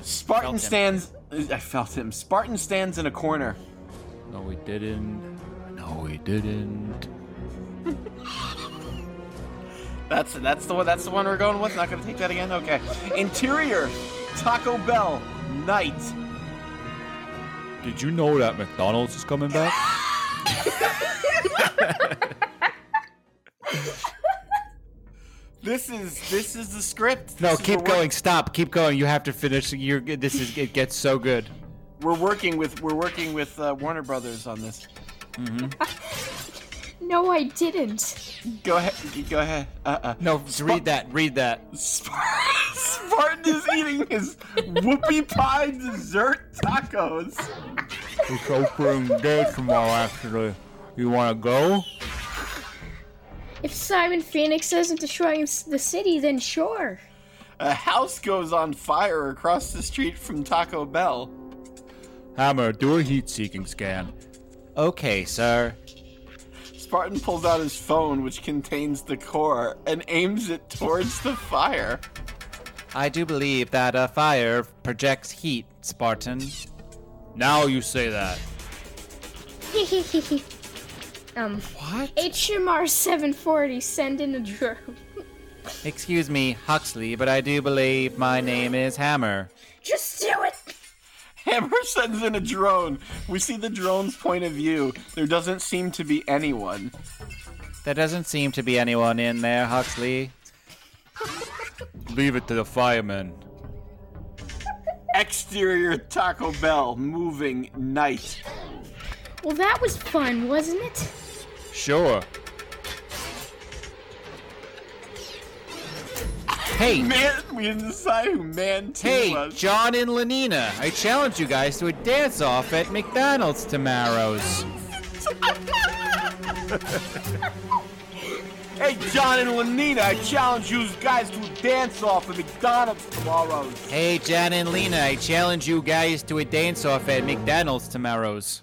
B: Spartan
A: him.
B: stands. I felt him. Spartan stands in a corner.
G: No, we didn't. No, we didn't.
B: That's that's the one. That's the one we're going with. Not gonna take that again. Okay. Interior, Taco Bell, night.
G: Did you know that McDonald's is coming back?
A: Oh,
B: This is this is the script.
A: No,
B: This is-
A: keep
B: we're work-
A: going. Stop. Keep going. You have to finish. You're good. This is it gets so good.
B: We're working with we're working with uh, Warner Brothers on this.
C: No, I didn't.
B: Go ahead. Go ahead. Uh, uh.
A: No, just read that. Read that.
B: Spar- Spartan is eating his whoopie pie dessert tacos.
G: It's opening day tomorrow, actually. You want to go?
C: If Simon Phoenix isn't destroying s- the city, then sure.
B: A house goes on fire across the street from Taco Bell.
G: Hammer, do a heat seeking scan.
A: Okay, sir.
B: Spartan pulls out his phone, which contains the core, and aims it towards the fire.
A: I do believe that a fire projects heat, Spartan.
G: Now you say that.
C: um,
A: What?
C: HMR 740, send in a drone.
A: Excuse me, Huxley, but I do believe my name is Hammer.
C: Just do it!
B: Hammer sends in a drone. We see the drone's point of view. There doesn't seem to be anyone.
A: There doesn't seem to be anyone in there, Huxley.
G: Leave it to the firemen.
B: Exterior Taco Bell, moving night.
C: Well, that was fun, wasn't it?
G: Sure.
A: Hey,
B: Man, we didn't decide who man two
A: hey,
B: was.
A: John and Lenina, I challenge you guys to a dance off at McDonald's tomorrow's.
B: hey, John and Lenina, I challenge you guys to a dance off at McDonald's tomorrow.
A: Hey, John and Lena, I challenge you guys to a dance off at McDonald's tomorrow's.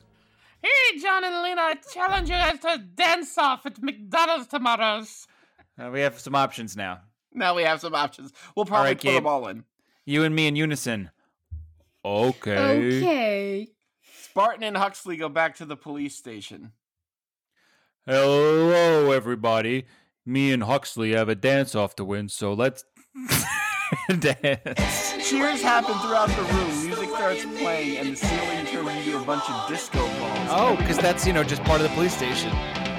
H: Hey, John and Lena, I challenge you guys to dance off at McDonald's tomorrow's.
A: Uh, we have some options now.
B: Now we have some options. We'll probably
A: right,
B: put
A: Gabe.
B: them all in.
A: You and me in unison.
G: Okay.
C: Okay.
B: Spartan and Huxley go back to the police station.
G: Hello, everybody. Me and Huxley have a dance off to win, so let's dance.
B: Cheers happen throughout the room. Music starts playing, and the ceiling turns into a bunch of disco balls.
A: Oh, because that's, you know, just part of the police station.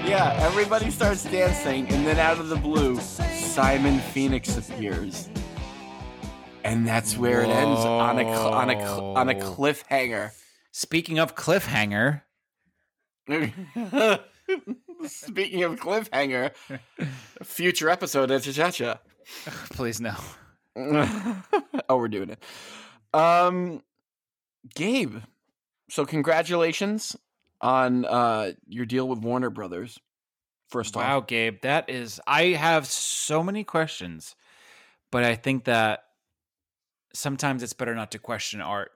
B: Yeah, everybody starts dancing, and then out of the blue, Simon Phoenix appears. And that's where it ends on a cl- on a cl- on a
A: Whoa.
B: cliffhanger.
A: Speaking of cliffhanger,
B: Speaking of cliffhanger, future episode of Chacha.
A: please no.
B: oh, we're doing it. Um, Gabe, so congratulations on uh your deal with Warner Brothers. First
A: Wow,
B: off,
A: Gabe, that is. I have so many questions, but I think that sometimes it's better not to question art.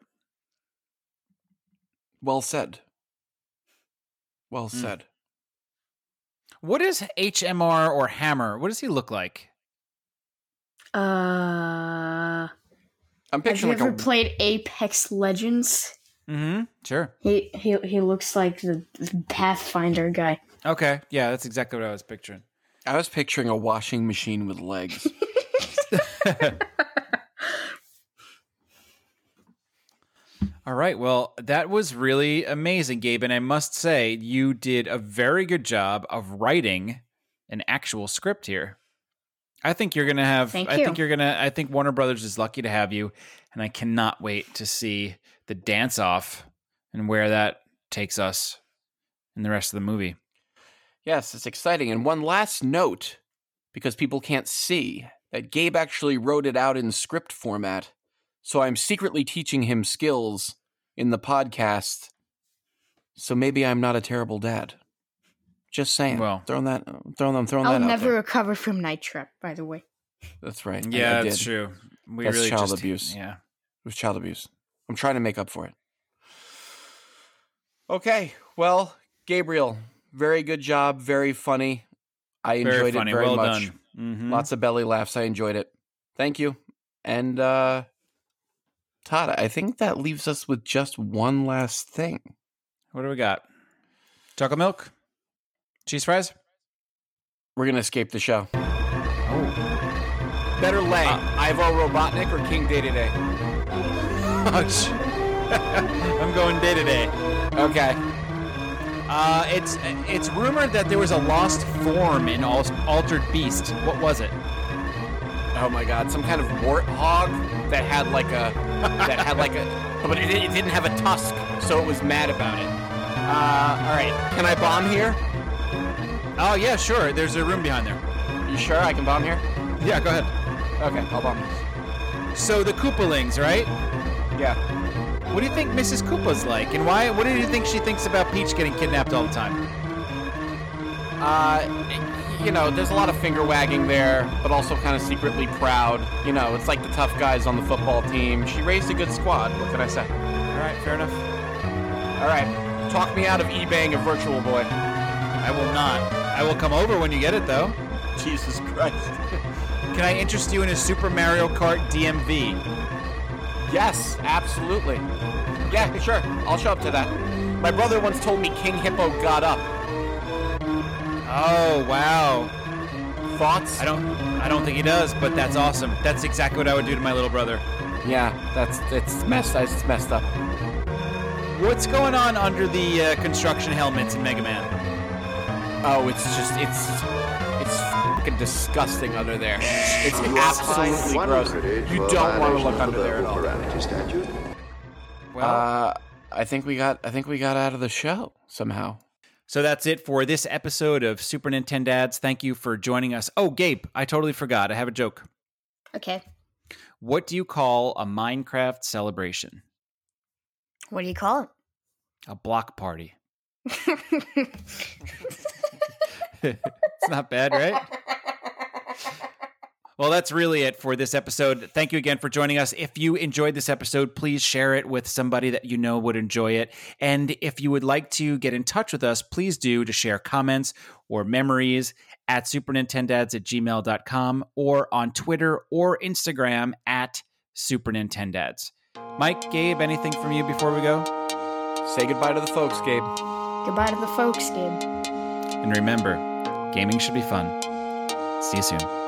B: well said. Well
C: Mm.
B: said.
A: What is HMR or Hammer? What does he look like?
C: Uh.
B: I'm
C: Have you
B: picturing like
C: ever
B: a
C: played Apex Legends?
A: Mm-hmm. Sure.
C: He, he he looks like the Pathfinder guy.
A: Okay. Yeah, that's exactly what I was picturing.
B: I was picturing a washing machine with legs.
A: All right. Well, that was really amazing, Gabe. And I must say, you did a very good job of writing an actual script here. I think you're going to have,
C: Thank
A: I
C: you.
A: think you're going to, I think Warner Brothers is lucky to have you. And I cannot wait to see the dance off and where that takes us in the rest of the movie.
B: yes, it's exciting. And one last note, because people can't see, that Gabe actually wrote it out in script format. So I'm secretly teaching him skills in the podcast. So maybe I'm not a terrible dad. Just saying.
A: Well-
B: throwing that, throwing them, throwing
C: I'll
B: that out
C: never
B: there.
C: recover from Night Trap, by the way.
B: That's right. I- I
A: Yeah, that's
B: did.
A: true. We
B: That's
A: really
B: child
A: just,
B: abuse.
A: Yeah.
B: It was child abuse. I'm trying to make up for it. Okay. Well, Gabriel, very good job. Very funny. I enjoyed it very
A: well
B: much.
A: done. Mhm.
B: Lots of belly laughs. I enjoyed it. Thank you. And uh Todd, I think that leaves us with just one last thing.
A: What do we got? Chocolate milk? Cheese fries?
B: We're gonna escape the show. Oh. Better lay Ivo Robotnik or King Day Today.
A: Ouch. I'm going day to day.
B: Okay.
A: Uh, it's it's rumored that there was a lost form in Al- Altered Beast. What was it?
B: Oh my god, some kind of warthog that had like a that had like a but it, it didn't have a tusk, so it was mad about it. Uh, all right, can I bomb here?
A: Oh yeah, sure. There's a room behind there.
B: You sure I can bomb here?
A: Yeah, go ahead.
B: Okay, I'll bomb.
A: So the Koopalings, right?
B: Yeah.
A: What do you think Mrs. Koopa's like, and why? What do you think she thinks about Peach getting kidnapped all the time?
B: Uh, you know, there's a lot of finger wagging there, but also kind of secretly proud. You know, it's like the tough guys on the football team. She raised a good squad. What can I say? All right, fair enough. All right, talk me out of ebang a virtual boy.
A: I will not. I will come over when you get it, though.
B: Jesus Christ.
A: Can I interest you in a Super Mario Kart DMV?
B: Yes, absolutely. Yeah, sure. I'll show up to that. My brother once told me King Hippo got up.
A: Oh wow!
B: Thoughts?
A: I don't. I don't think he does, but that's awesome. That's exactly what I would do to my little brother.
B: Yeah, that's it's messed. It's messed up.
A: What's going on under the uh, construction helmets in Mega Man?
B: Oh, it's just it's it's fucking disgusting under there. It's absolutely gross. You don't want to look under there at all.
E: Statute.
A: Well,
B: Uh, I think we got I think we got out of the show somehow.
A: so that's it for this episode of Super Nintendo Ads. Thank you for joining us. Oh, Gabe, I totally forgot. I have a joke.
C: Okay.
A: What do you call a Minecraft celebration?
C: What do you call it?
A: A block party. it's not bad, right? Well, that's really it for this episode. Thank you again for joining us. If you enjoyed this episode, please share it with somebody that you know would enjoy it. And if you would like to get in touch with us, please do to share comments or memories at supernintendads at gmail.com or on Twitter or Instagram at supernintendads. Mike, Gabe, anything from you before we go?
B: Say goodbye to the folks, Gabe.
C: Goodbye to the folks, Gabe.
A: And remember, gaming should be fun. See you soon.